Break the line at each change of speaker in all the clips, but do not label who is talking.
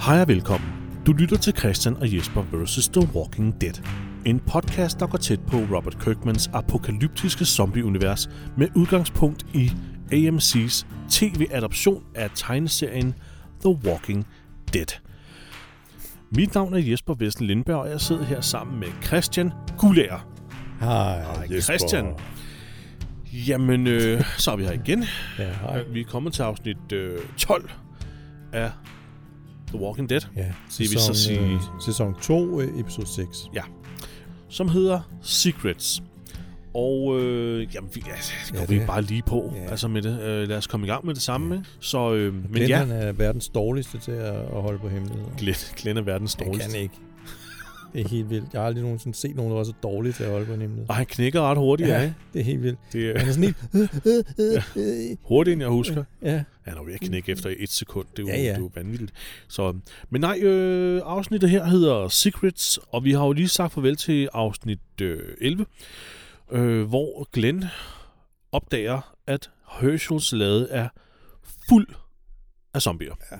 Hej og velkommen. Du lytter til Christian og Jesper vs. The Walking Dead. En podcast, der går tæt på Robert Kirkmans apokalyptiske zombieunivers med udgangspunkt i AMC's tv-adoption af tegneserien The Walking Dead. Mit navn er Jesper Vesten Lindberg, og jeg sidder her sammen med Christian Gulager.
Hej, Jesper.
Christian. Jamen, øh, så er vi her igen.
Ja, hej.
Vi er kommet til afsnit øh, 12 af The Walking Dead.
Ja,
vil så sige-
øh, sæson 2, øh, episode 6.
Ja. Som hedder Secrets. Og øh, jamen, vi, altså, det
Ja,
går vi
det er-
bare lige på
ja.
altså med det. Øh, lad os komme i gang med det samme. Ja. Så, øh, men
Men
ja,
ja. er verdens dårligste til at, at holde på hemmeligheder.
Glenn, Glenn er verdens
Han
dårligste.
kan ikke. Det er helt vildt. Jeg har aldrig nogensinde set nogen, der var så dårlig til at holde på en hemmelighed.
Og han knækker ret hurtigt, ja. ja.
det er helt vildt.
Det er
Han er sådan helt... Øh,
hurtigt, end jeg husker.
ja.
Han er jo ved at knække efter et sekund. Det er jo,
Mm. Ja,
ja,
ja.
ja. Det er jo vanvittigt. Så, men nej, øh, afsnittet her hedder Secrets, og vi har jo lige sagt farvel til afsnit øh, 11, øh, hvor Glenn opdager, at Herschels lade er fuld af zombier. Ja.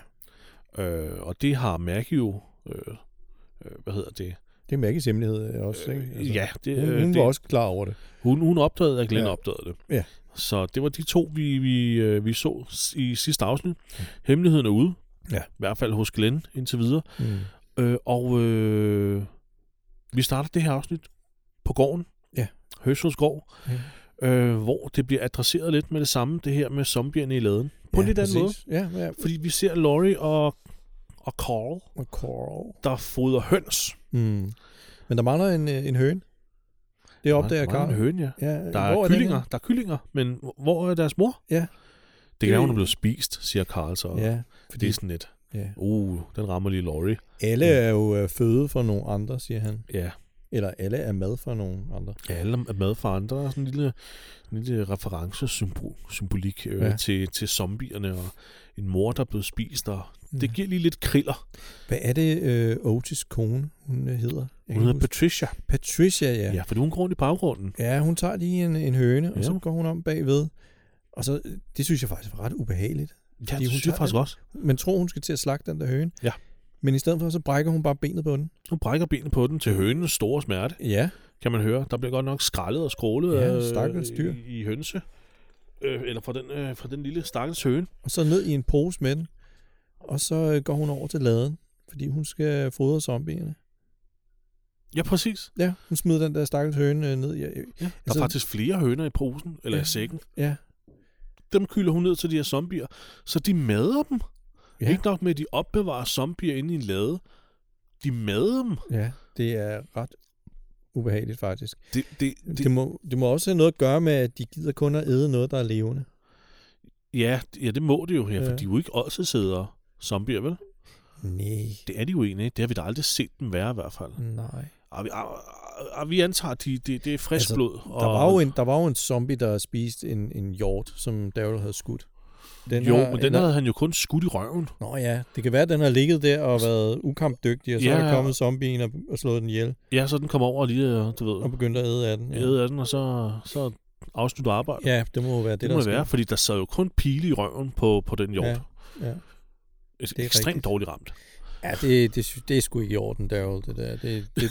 Øh, og det har Maggie jo, øh, øh, hvad hedder det?
Det er Maggies hemmelighed øh, også, ikke?
Altså, ja, det,
Hun,
øh,
hun
det,
var også klar over det.
hun, hun opdagede, at Glenn
Ja.
ja. opdagede det.
Ja.
Så det var de to, vi, vi, øh, vi så s- i sidste afsnit. Hemmeligheden er ude.
Ja.
I hvert fald hos Glenn indtil videre.
Mm.
Øh, og øh, vi starter det her afsnit på gården.
Ja.
Høsels gård.
Ja.
Øh, hvor det bliver adresseret lidt med det samme, det her med zombierne i laden. På en lidt anden måde.
Ja, ja.
Fordi vi ser Laurie og, og Carl,
Og Coral.
der fodrer høns.
Mm. Men der mangler en, øh, en høne. Det opdager
Der er
Karl.
en høne, ja.
Ja,
Der er,
Øh, hvor
er
den
kyllinger,
henne?
der er kyllinger, men hvor er deres mor?
Ja.
Det kan være, hun er
Øh.
blevet spist, siger Carl så.
Ja,
Fordi... Det er sådan lidt,
ja.
uh, den rammer lige Laurie.
Alle er jo øh, føde for nogle andre, siger han.
Ja,
Eller alle er mad for nogle andre.
ja alle er mad for andre. Og sådan en lille, en lille referencesymbolik øh,
Ja.
ja. til, til zombierne og en mor, der er blevet spist. Og
Mm.
det giver lige lidt kriller.
Hvad er det, øh, Otis kone, hun øh, hedder? Jeg
Hun
kan
hedder
ikke
Patricia.
huske. Patricia, ja.
Ja.
ja.
ja, fordi hun går rundt i baggrunden.
Ja, hun tager lige en, en høne, og
Ja.
så går hun om bagved. Og så, øh, det synes jeg faktisk var ret ubehageligt.
Ja,
hun
det synes jeg
tager
faktisk også.
Man tror, hun skal til at slagte den der høne.
Ja.
Men i stedet for, så brækker hun bare benet på den.
Hun brækker benene på den til hønens store smerte,
Ja.
kan man høre. Der bliver godt nok skrællet og skrålet
Ja,
øh,
stakkels dyr.
i, i hønse. Øh, eller fra den, øh, fra den lille stakkels høne.
Og så ned i en pose med den. Og så øh, går hun over til laden, fordi hun skal fodre zombierne.
Ja, præcis.
Ja, hun smider den der stakkels høne øh, ned. i- i-
Ja. Der
Altså-
er faktisk flere høner i posen, eller
Ja.
ja. i sækken.
Ja,
dem kyler hun ned til de her zombier, så de mader dem.
Ja.
Ja. Ikke nok med, at de opbevarer zombier inde i en lade. De mader dem.
ja. Det er ret ubehageligt, faktisk.
Det, det, det,
Det må, det må også have noget at gøre med, at de gider kun at æde noget, der er levende.
ja, ja, det må det jo her, ja.
Ja.
for de er jo ikke også sæder zombier, vel?
Nej.
Det er de jo egentlig ikke. Det har vi da aldrig set dem være i hvert fald.
Nej.
Og vi, og, og- og vi antager, at de, det, det er frisk altså,
Altså,
blod.
Der var, jo en, der var jo en zombie, der spiste en, en hjort, som Daryl havde skudt. Den
jo,
har-
men den havde han jo kun skudt i røven.
Nå ja, det kan være, at den har ligget der og været ukampdygtig, og så
Ja.
er der kommet zombien og, og slået den ihjel
Ja, så den kom over og lige, øh, du ved,
og begyndt at æde af den. Ja,
æde af den, og så, så afslutter arbejdet. Ja,
ja det må jo være
det,
det,
det
der
må det
sker.
være, fordi der sad jo kun pile i røven på, på den jord.
Ja,
Ja,
ja.
Et,
er
ekstremt
rigtigt.
dårligt ramt.
Ja, det, det, sy- det er sgu ikke i orden, Daryl, det der. Det, det,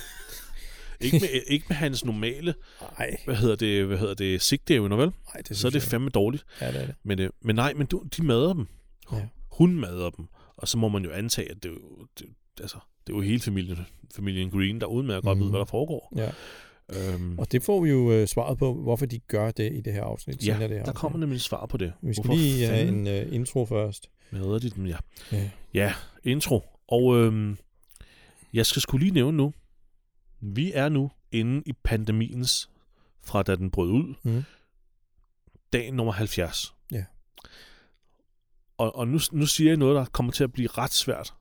ikke, med, ikke med hans normale,
ej,
hvad hedder det, hvad hedder det, sigteevner, vel?
ej, det
Så er det
synes jeg
fandme dårligt.
ikke. Ja, det er det.
Men, øh, men nej, men du, de mader dem.
Ja.
Hun mader dem. Og så må man jo antage, at det, er jo- det, altså, det er jo hele familien, familien Green, der udmærket godt ved,
Mhm.
hvad der foregår.
Ja.
Øhm,
Mm. Og det får vi jo øh, svaret på, hvorfor de gør det i det her afsnit.
ja,
senere i det her
der
afsnit.
kommer nemlig et svar på det.
Vi skal
Hvorfor
lige have
fanden
en uh, intro først.
mader de dem? Ja,
Ja.
intro. Og øhm, jeg skal skulle lige nævne nu, vi er nu inde i pandemiens, fra da den brød ud,
Mm.
dag nummer 70.
Ja.
Og, og nu, nu siger jeg noget, der kommer til at blive ret svært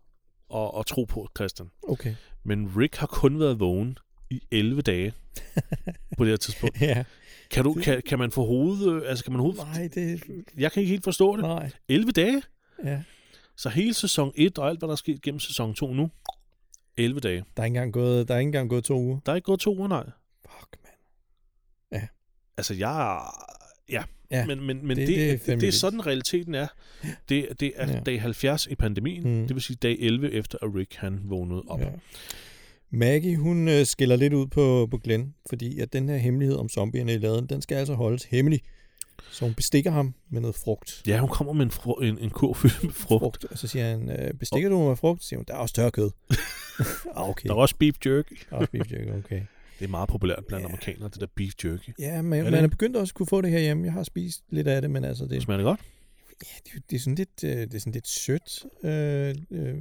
at, at tro på, Christian.
Okay.
Men Rick har kun været vågen i 11 dage på det her tidspunkt.
ja.
Kan, du,
Det-
kan, kan man få hovedet... øh, Altså, kan man hovedet...
Nej, det
Jeg kan ikke helt forstå det.
Nej.
11 dage?
Ja.
Så hele sæson 1 og alt, hvad der er sket gennem sæson 2 nu, 11 dage.
Der er ikke engang gået, der er ikke engang gået to uger.
Der er ikke gået to uger, nej.
Fuck, mand.
Altså, jeg... Ja,
Ja,
men, men, men det, det,
det- det
det,
er
det,
fandme
det er
vildt.
sådan, realiteten er. Det, det er
Ja.
dag 70 i pandemien,
Mm.
det vil sige dag 11 efter, at Rick han vågnede op.
Ja. Maggie, hun øh, skiller lidt ud på, på Glenn, fordi at den her hemmelighed om zombierne i laden, den skal altså holdes hemmelig. Så hun bestikker ham med noget frugt.
Ja, hun kommer med en, fru, en, en kurv fyldt med frugt. frugt.
frugt. Og så siger han, øh, bestikker du mig med frugt? Så siger hun, der er også tørkød. ah, okay.
Der er også beef jerky.
Der er også beef jerky, okay.
Det er meget populært blandt
Ja.
amerikanere, det der beef jerky.
Ja, men
det
man er
ikke?
begyndt også at kunne få det herhjemme. Jeg har spist lidt af det, men altså, det,
Det smager det godt.
det, det er sådan lidt, øh, det er sådan lidt sødt. Øh, øh,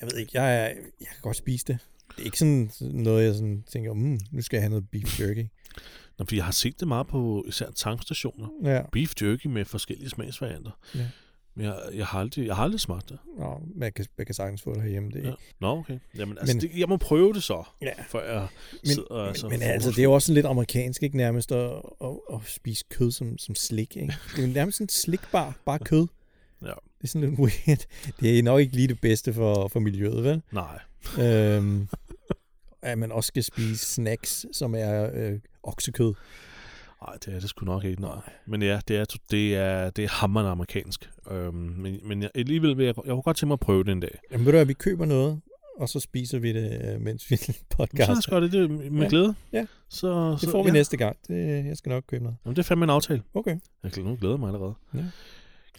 jeg ved ikke, jeg, er- jeg kan godt spise det. Det er ikke sådan noget, jeg sådan tænker, mm, nu skal jeg have noget beef jerky.
Nå, fordi jeg har set det meget på især tankstationer.
Ja,
Beef jerky med forskellige smagsvarianter.
Ja.
Men jeg, jeg, har aldrig, jeg har aldrig smagt det.
Nå, man, kan, man kan sagtens få det herhjemme. Det, er
Ja.
ikke-
Nå, okay. Jamen, altså,
Men-
men, det, jeg må prøve det så,
ja.
før jeg
Men,
sidder og...
men, men altså, det er jo også sådan lidt amerikansk, ikke nærmest, at, at, at spise kød som, som slik. Ikke? Det er jo nærmest sådan en slikbar, bare kød.
Ja.
Det er sådan lidt weird. Det er nok ikke lige det bedste for, for miljøet, vel?
Nej.
øhm, at man også skal spise snacks, som er øh, oksekød.
Nej, det er det sgu nok ikke, nej. Men ja, det er, to- det er, det er hammerende amerikansk. Øhm, men, men jeg, alligevel vil jeg, jeg kunne godt tænke mig at prøve det en dag.
Jamen ved du hvad, vi køber noget, og så spiser vi det, øh, mens vi
Jamen, så
podcast.
skal det, det med
Ja.
glæde.
Ja.
Så, så,
Det får vi
ja.
næste gang. Det, jeg skal nok købe noget.
Jamen, det er fandme en aftale.
Okay.
Jeg glæder, nu glæder jeg mig allerede.
Ja.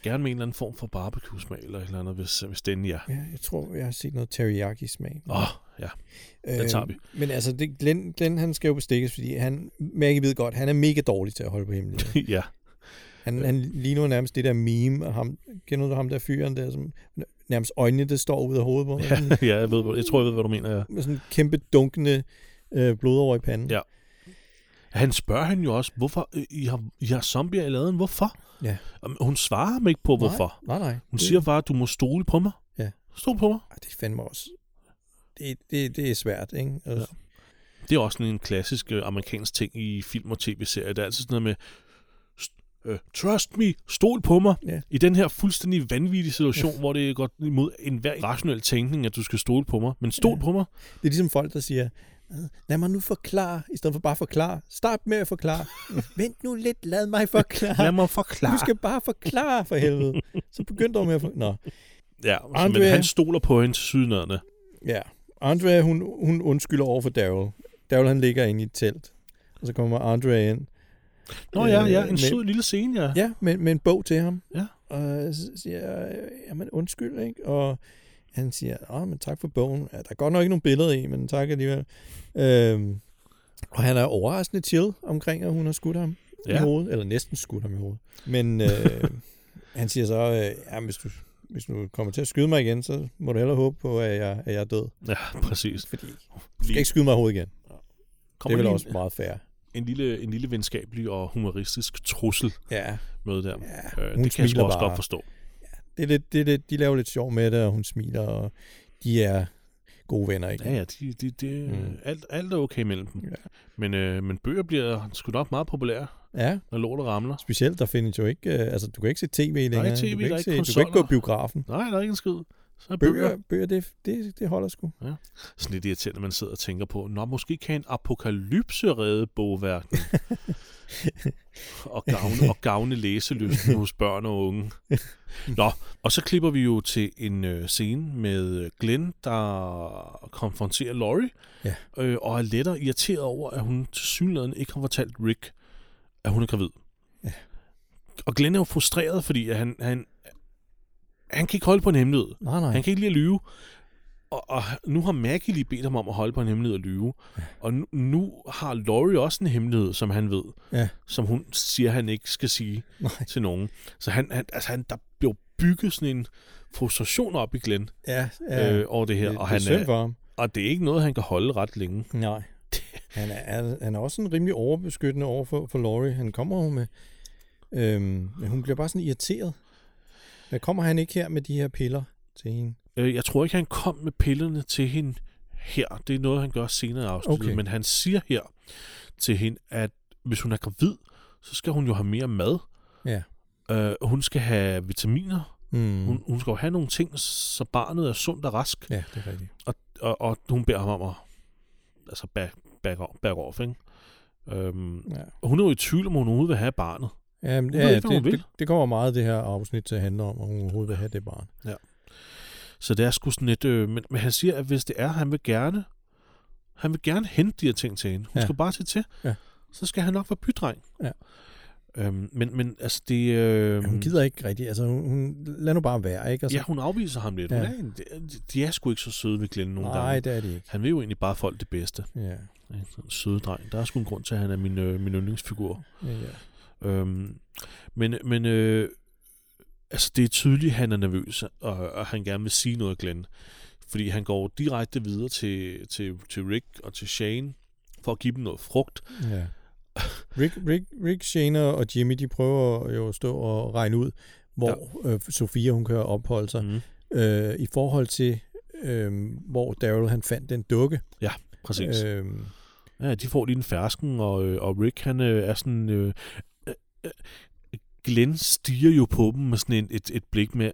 Gerne med en eller anden form for barbecue-smag eller et eller andet, hvis, hvis den er.
Ja, jeg tror, jeg har set noget teriyaki-smag.
Åh, oh, ja. den tager vi.
Øh, men altså, det, Glenn, Glenn, han skal jo bestikkes, fordi han, Maggie ved godt, han er mega dårlig til at holde på hemmeligheder.
ja.
Han, han ligner jo nærmest det der meme af ham. Kender du ham der fyren der, som nærmest øjnene, der står ud af hovedet på ham?
ja. ja, jeg, ved, jeg tror, jeg ved, hvad du mener. Ja.
med sådan en kæmpe dunkende øh, blod over i panden.
Ja. Han spørger hende jo også, hvorfor øh, I har, I har zombier i laden, hvorfor?
Ja.
Og Hun svarer ham ikke på, hvorfor. Nej.
Nej, nej. nej.
Hun
det,
siger bare, du må stole på mig.
Ja.
Stol på mig.
Ej, det er fandme også... Det, det, det er svært, ikke? Altså, ja.
Det er også sådan en klassisk øh, amerikansk ting i film og tv-serier. Det er altid sådan noget med, st- øh, trust me, stol på mig.
Ja.
I den her fuldstændig vanvittige situation, hvor det går imod enhver rationel tænkning, at du skal stole på mig. Men stol
Ja.
på mig.
Det er ligesom folk, der siger, lad mig nu forklare, i stedet for bare forklare. Start med at forklare. Vent nu lidt, lad mig
Lad
forklare.
mig forklare.
Du skal bare forklare for helvede. Så begyndte hun med at forklare. Nå,
Ja, så, men
Andre-
han stoler på hende til sydnerne.
ja. Andrea, hun, hun undskylder over for Daryl. Daryl, han ligger inde i et telt. Og så kommer Andrea ind.
Nå ja,
Øh,
ja, en
men-
sød lille scene, ja.
Ja, med, med en bog til ham.
Ja.
Og så siger jeg, jamen undskyld, ikke? Og han siger, åh, men tak for bogen. Ja, der er godt nok ikke nogen billeder i, men tak alligevel. Øhm, og han er overraskende chill omkring, at hun har skudt ham ja. i
ja.
hovedet, eller næsten skudt ham i hovedet. Men øh, han siger så, øh, ja, hvis du, hvis du kommer til at skyde mig igen, så må du hellere håbe på, at jeg, at jeg er død.
ja præcis.
Fordi du skal
Lige,
ikke skyde mig i hovedet igen. Det er
kommer
vel
lige
også meget fair.
en, en, lille, en lille venskabelig og humoristisk trussel
Ja,
med der.
ja.
Øh,
hun
det kan jeg sgu
smiler
også
bare.
godt forstå.
det er lidt, det er lidt, de laver lidt sjov med det, og hun smiler, og de er gode venner, ikke?
Ja, ja, de, de, de,
Mm.
mm. alt, alt er okay mellem dem.
Ja.
Ja. Men, øh, men bøger bliver sgu nok meget populære,
ja.
når lortet ramler.
Specielt, der findes jo ikke, øh, altså du kan ikke se tv længere.
ikke TV,
du
der
kan
er
ikke,
ikke
se, du kan ikke gå i
konsoller.
biografen.
Nej, der er ikke en skid. Så er bøger.
Bøger, bøger det, det, det holder sgu.
Sådan lidt irriterende, man sidder og tænker på, nå, måske kan en apokalypse redde bogverdenen. og, gavne, og gavne læselysten hos børn og unge. Nå, og så klipper vi jo til en øh, scene med øh, Glenn, der konfronterer Laurie,
Ja.
øh, og er lettere irriteret over, at hun til synligheden ikke har fortalt Rick, at hun er gravid.
Ja.
Og Glenn er jo frustreret, fordi at han, han, han kan ikke holde på en hemmelighed.
Nej, nej.
Han kan ikke lide at lyve. Og, og nu har Maggie lige bedt ham om at holde på en hemmelighed og lyve. Og nu, nu har Laurie også en hemmelighed, som han ved.
Ja.
Som hun siger, han ikke skal sige
nej.
til nogen. Så han, han, altså han, der blev bygget sådan en frustration op i Glenn
Ja, ja.
ja, øh, over det her.
det,
og,
det er
han
synd
er,
for ham.
og det er ikke noget, han kan holde ret længe.
Nej. Han er, han- han er også sådan rimelig overbeskyttende over for, for Laurie. Han kommer jo med... Øhm, men hun bliver bare sådan irriteret. Men kommer han ikke her med de her piller til hende?
Øh, jeg tror ikke, han kom med pillerne til hende her. Det er noget, han gør senere i afsnittet.
Okay.
Okay. Men han siger her til hende, at hvis hun er gravid, så skal hun jo have mere mad.
Ja.
Øh, hun skal have vitaminer.
Mm.
Mm. Hun, hun skal jo have nogle ting, så barnet er sundt og rask.
Ja, det er rigtigt.
Og, og hun beder ham om at altså back, back, off, back off, ikke? Øhm,
Ja.
og hun er jo i tvivl, om hun overhovedet vil have barnet.
Ja, men,
Hun ved
ja
ikke, hvad hun
det,
vil.
det, det kommer meget det her afsnit til at handle om, at hun overhovedet vil have det barn.
Så det er sgu sådan lidt... Øh, men, men han siger, at hvis det er, han vil gerne... Han vil gerne hente de her ting til hende. Hun ja.
Ja.
skal bare sige til.
Ja.
Så skal han nok være bydreng.
Ja.
Øhm, men, men altså, det... Øh,
Hun gider ikke rigtigt. Altså, hun, hun lad nu bare være, ikke? Altså,
ja, hun afviser ham lidt.
Ja.
Ja. Hun er en, de, øh, de er sgu ikke så søde ved Glenn nogle
nej,
gange.
det er de ikke.
Han vil jo egentlig bare folk det bedste.
Ja,
ikke? Sådan en Søde dreng. Der er sgu en grund til, at han er min, øh, min yndlingsfigur.
ja, ja.
Øhm, men men øh, altså, det er tydeligt, at han er nervøs, og, og han gerne vil sige noget, Glenn. Fordi han går direkte videre til, til, til Rick og til Shane for at give dem noget frugt.
ja. Rick, Rick, Rick Shane og Jimmy, de prøver jo at stå og regne ud, hvor ja. øh, Sofia, hun kan opholde sig,
Mm.
øh, i forhold til, øh, hvor Daryl, han fandt den dukke.
Præcis. Øh.
Øh,
Ja, de får lige en fersken, og, øh, og Rick, han øh, er sådan... Øh, øh, øh, Glenn stiger jo på dem med sådan en, et, et blik med,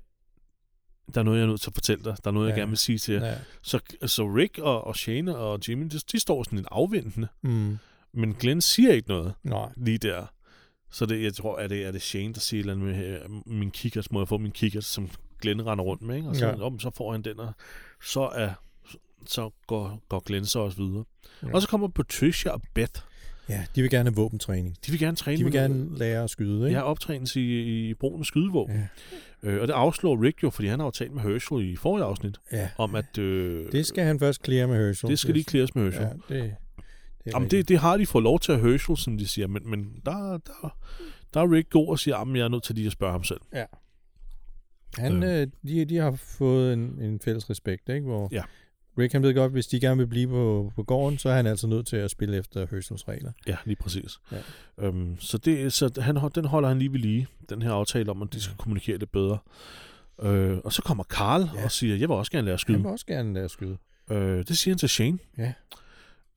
der er noget, jeg er nødt til at fortælle dig. Der er noget, jeg
Ja.
gerne vil sige til jer.
ja.
Så, så Rick og, og Shane og Jimmy, de, de står sådan lidt afventende.
Mm,
Men Glenn siger ikke noget
nej.
lige der. Så det, jeg tror, er det, er det Shane, der siger et eller andet med, øh, min kikkers, må jeg få min kikkers, som Glenn render rundt med, ikke? Og så,
Ja.
ja. om, så får han den, og så, er, så går, går Glenn så også videre.
Ja.
Ja. Og så kommer Patricia og Beth.
Ja, de vil gerne have våbentræning.
De vil gerne træne
De vil
med
gerne lære at skyde, ikke?
Ja, optrænes i, i brugen af skydevåben.
Ja.
Øh, og det afslår Rick jo, fordi han har jo talt med Herschel i forrige afsnit,
ja.
om at øh,
Det skal han først klare med Herschel.
det skal lige klares med Herschel.
Ja, det, det er
Jamen, det, det har de fået lov til at Herschel, som de siger, men, men der, der, der er Rick god og siger, at jeg er nødt til lige at spørge ham selv. Øhm.
Han, øh, de, de har fået en, en fælles respekt, ikke? Hvor
Ja.
Rick, han ved godt, hvis de gerne vil blive på, på gården, så er han altså nødt til at spille efter Herschels regler.
Ja, lige præcis.
Ja.
Øhm, så det, så han, hold- den holder han lige ved lige, den her aftale om, at de skal kommunikere lidt bedre. Øh, og så kommer Karl
Ja.
ja. og siger, jeg vil også gerne lære at
Han
skyde.
vil også gerne lære at skyde.
Øh, det siger han til Shane.
Ja.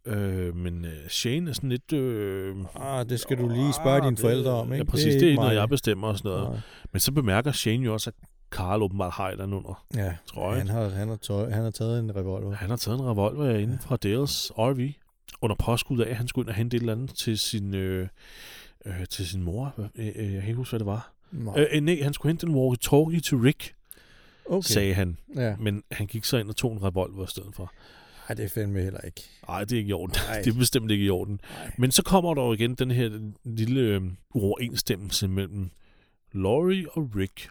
Øh, men øh, Shane er sådan lidt... Øh,
Ah, det skal du lige spørge dine forældre om, ikke?
Ja, præcis. Det er, det er ikke noget,
mig.
jeg bestemmer og sådan noget.
Nej.
Men så bemærker Shane jo også, at Karl åbenbart har et eller andet under
Ja,
trøjen.
han har, han, har tøj, han har taget en revolver.
Han har taget en revolver inden fra Dales RV under påskud af, at han skulle ind og hente et eller andet til sin, øh, øh, til sin mor. Hvad- Øh, øh, jeg kan ikke huske, hvad det var.
Nej.
Øh, øh, nej, han skulle hente en walkie-talkie til Rick, okay.
Okay.
sagde han.
Ja.
Men han gik så ind og tog en revolver i stedet for.
Ej, det er fandme heller ikke.
Nej, det er ikke i orden.
Nej.
det er bestemt ikke i orden.
Nej.
Men så kommer der jo igen den her lille øh, uoverensstemmelse mellem Laurie og Rick.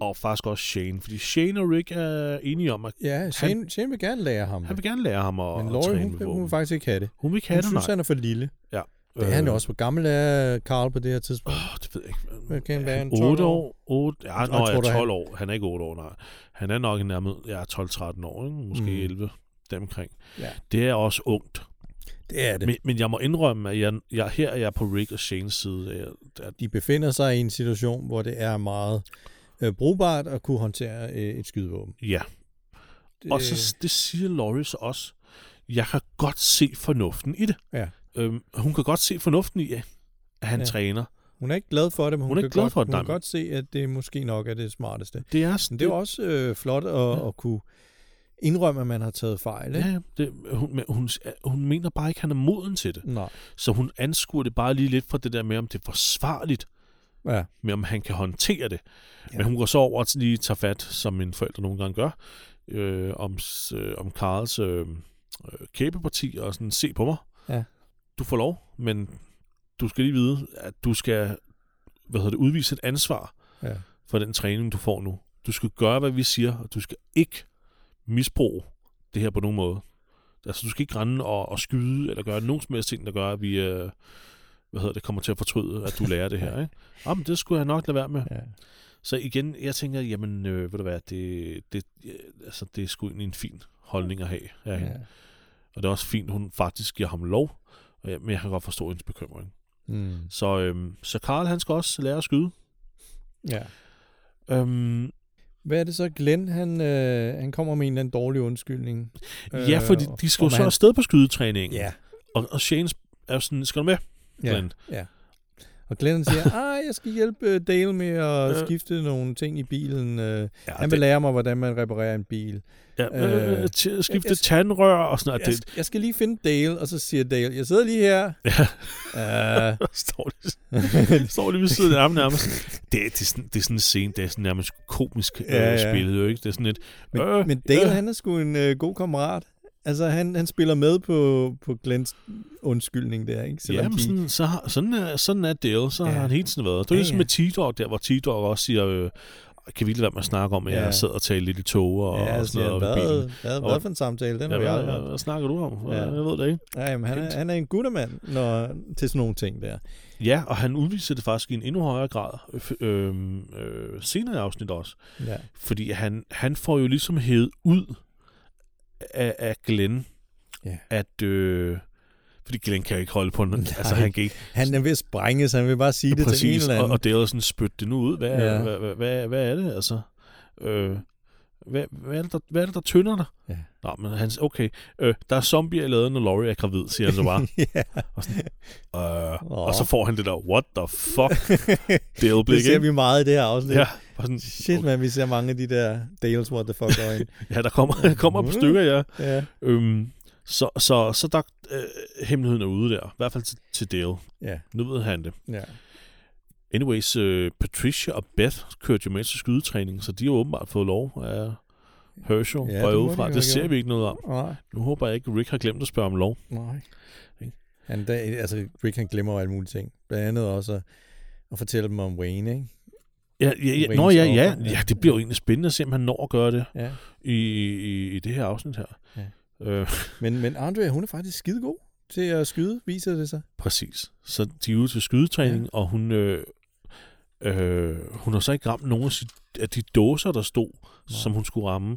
Og faktisk også Shane. Fordi Shane og Rick er enige om, at
Ja, Shane, han, Shane vil gerne lære ham.
han vil gerne lære ham at,
men
at
Laurie,
træne
hun,
med
vil-
våben.
hun vil faktisk ikke have det.
hun vil ikke
Hun
have
synes,
det,
han er for lille. Det
Øh.
er han også. Hvor gammel er Karl på det her tidspunkt?
Åh, det ved jeg ikke.
Hvad kan han være, en
8
12
år? 8, ja, nå,
jeg
jeg
tror, der
er
er
12 år. Han er ikke 8 år, nej. Han er nok nærmest ja, 12-13 år, ikke? måske
Mm.
mm. 11 deromkring.
Ja.
Det er også ungt.
Det er det.
Men, men jeg må indrømme, at jeg, jeg, her er jeg på Rick og Shanes side. Jeg, at,
De befinder sig i en situation, hvor det er meget øh, brugbart at kunne håndtere øh, et skydevåben. Øh,
ja.
Det,
Og så det siger Laurie så også. Jeg kan godt se fornuften i det.
Ja.
Øhm, hun kan godt se fornuften i, at han ja.
Ja.
træner.
hun er ikke glad for det, men hun,
Hun er
kan
ikke glad
godt,
for det,
hun
nej,
kan
men-
godt se, at det måske nok er det smarteste.
Det er sådan.
Men det er jo også øh, flot at, ja. at kunne indrømme, at man har taget fejl. Ikke?
Ja, ja. det, hun, men hun, hun mener bare ikke, at han er moden til det.
Nej.
Så hun anskuer det bare lige lidt fra det der med, om det er forsvarligt,
Ja.
med om han kan håndtere det. Ja.
Ja.
Men hun går så over og lige tager fat, som en forælder nogle gange gør, øh, om, s- øh, om Karls øh, øh, kæbeparti og sådan, se på mig.
Ja.
Du får lov, men du skal lige vide, at du skal hvad hedder det, udvise et ansvar
ja.
for den træning, du får nu. Du skal gøre, hvad vi siger, og du skal ikke misbruge det her på nogen måde. Altså, du skal ikke rende og, og skyde, eller gøre nogen som helst ting, der gør, at vi øh, hvad hedder det, kommer til at fortryde, at du lærer det her. Ikke? Jamen, det skulle jeg nok lade være med.
ja.
Så igen, jeg tænker, jamen, øh, ved du hvad, det, det, øh, altså, det er sgu egentlig en fin holdning at have af hende.
ja.
Og det er også fint, hun faktisk giver ham lov, Og jeg- men jeg kan godt forstå hendes bekymring.
Mm.
Så, øhm, så Karl, han skal også lære at skyde.
ja.
Øhm,
Hvad er det så? Glenn, han, øh, han kommer med en eller anden dårlig undskyldning.
øh, ja, fordi de skal jo
om
så
han-
afsted på skydetræningen.
Ja,
Og, og Shane er jo sådan, skal du med?
ja,
Glenn?
ja. Og Glennon siger, ah, jeg skal hjælpe øh, Dale med at
Ja.
skifte nogle ting i bilen. Øh,
Ja,
han vil lære mig, hvordan man reparerer en bil.
ja, øh,
øh,
til- skifte
jeg-
tandrør og sådan noget.
Jeg,
Det,
jeg skal lige finde Dale, og så siger Dale, jeg sidder lige her. Øh, Ja.
står lige, står lige ved siden af ham nærmest. Det, er- det, er sådan, det er sådan en scene, det er sådan nærmest komisk ja,
Ja,
ja.
ja.
spillet, jo ikke? Det er sådan et...
Men,
Øh,
øh, men Dale,
øh.
øh. han er sgu en øh, god kammerat. Altså, han, han spiller med på, på Glens undskyldning der, ikke?
Jamen,
de-
sådan, så, har- sådan, er, sådan er Dale, så ja.
Ja.
har han hele tiden været. Det er
Ja,
ligesom
ja.
med T-Dog der, hvor T-Dog også siger, øh, kan vi ikke lade være med at snakke om, at
Ja.
jeg sidder og taler lidt i tog og,
ja,
og
altså,
sådan
hvad,
noget op i bilen.
hvad, hvad,
Og-
hvad for en samtale? Den
Ja,
har vi aldrig
hvad,
haft.
hvad snakker du om? Ja.
Ja.
Jeg ved det ikke.
Nej, men han er,
Kendt.
han er en guttermand når, til sådan nogle ting der.
Ja, og han udviser det faktisk i en endnu højere grad øh, f- øh, øh, senere i afsnit også.
Ja.
Fordi han, han får jo ligesom hævet ud af, af Glenn,
Ja.
at... Øh, fordi Glenn kan ikke holde på den. Altså, han kan ikke...
Han er ved at sprænge, så han vil bare sige det til en
Præcis,
eller
og,
anden.
og det er jo sådan, spyt det nu ud. Hvad, ja.
Ja.
hvad, hvad, hvad, hvad er det, altså? Øh, hvad, hvad, er det, der, hvad er det, der tynder dig?
Ja.
Nå, men han siger, okay, øh, der er zombier i laden, når Laurie er gravid, siger han så bare.
ja.
øh,
Åh.
og så får han det der, what the fuck, Dale
det
blik,
ser
ikke?
vi meget i det her afsnit.
Ja, og sådan,
Shit, man, vi ser mange af de der Dales what the fuck øjne.
ja, der kommer, der kommer et par
Mm.
stykker, ja.
ja.
Øhm, så, så, så der, øh, hemmeligheden er ude der, i hvert fald til, til Dale.
Ja.
Nu ved han det.
ja.
Anyways, øh, Patricia og Beth kørte jo med til skydetræning, så de har åbenbart fået lov af Herschel
Ja,
ja,
det
og
må de
udefra.
jo
Det,
have
det ser
gjort.
vi ikke noget om.
Nej.
Nu håber jeg ikke, at Rick har glemt at spørge om lov.
Ah, Nej.
Ikke?
Han, der, altså, Rick han glemmer jo alle mulige ting. Blandt andet også at, at fortælle dem om Wayne, ikke?
Ja, ja, ja.
Wayne's
Nå ja, ja,
offer, ja.
ja, det bliver jo egentlig spændende at se, om han når at gøre det
Ja.
i, i, i det her afsnit her.
Ja.
Øh,
Men, men Andrea, hun er faktisk skidegod til at skyde, viser det sig.
præcis. Så de er ude til skydetræning, ja. og hun, øh, øh, hun har så ikke ramt nogen af, sit, af de dåser, der stod, ja. som hun skulle ramme.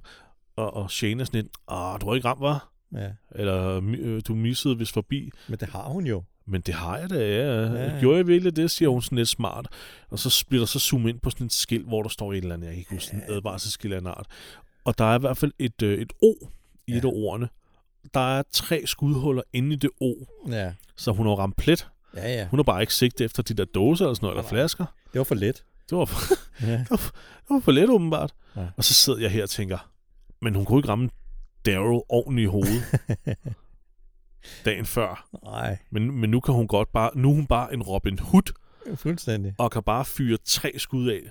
Og, og Shane er sådan lidt, ah, du har ikke ramt, var?
Ja.
Eller "Mi- øh, du missede vist forbi.
Men det har hun jo.
Men det har jeg da, ja. ja.
Ja.
Gjorde jeg virkelig det, siger hun sådan lidt smart. Og så bliver der så zoomet ind på sådan et skilt, hvor der står et eller andet, jeg kan ikke huske, sådan en advarselsskilt af en art. Og der er i hvert fald et, øh, et O i ja.
Ja.
et af ordene. Der er tre skudhuller inde i det O,
Ja.
så hun har ramt plet.
Ja, ja.
Hun har bare ikke sigtet efter de der dåser eller sådan noget, eller
Nej,
flasker.
Det var for let.
Det var, for,
Ja.
det var for let åbenbart. Ja.
Ja.
Og så sidder jeg her og tænker, men hun kunne ikke ramme Daryl ordentligt i hovedet dagen før.
Nej,
Men, men nu kan hun godt bare, nu er hun bare en Robin Hood
fuldstændig.
og kan bare fyre tre skud af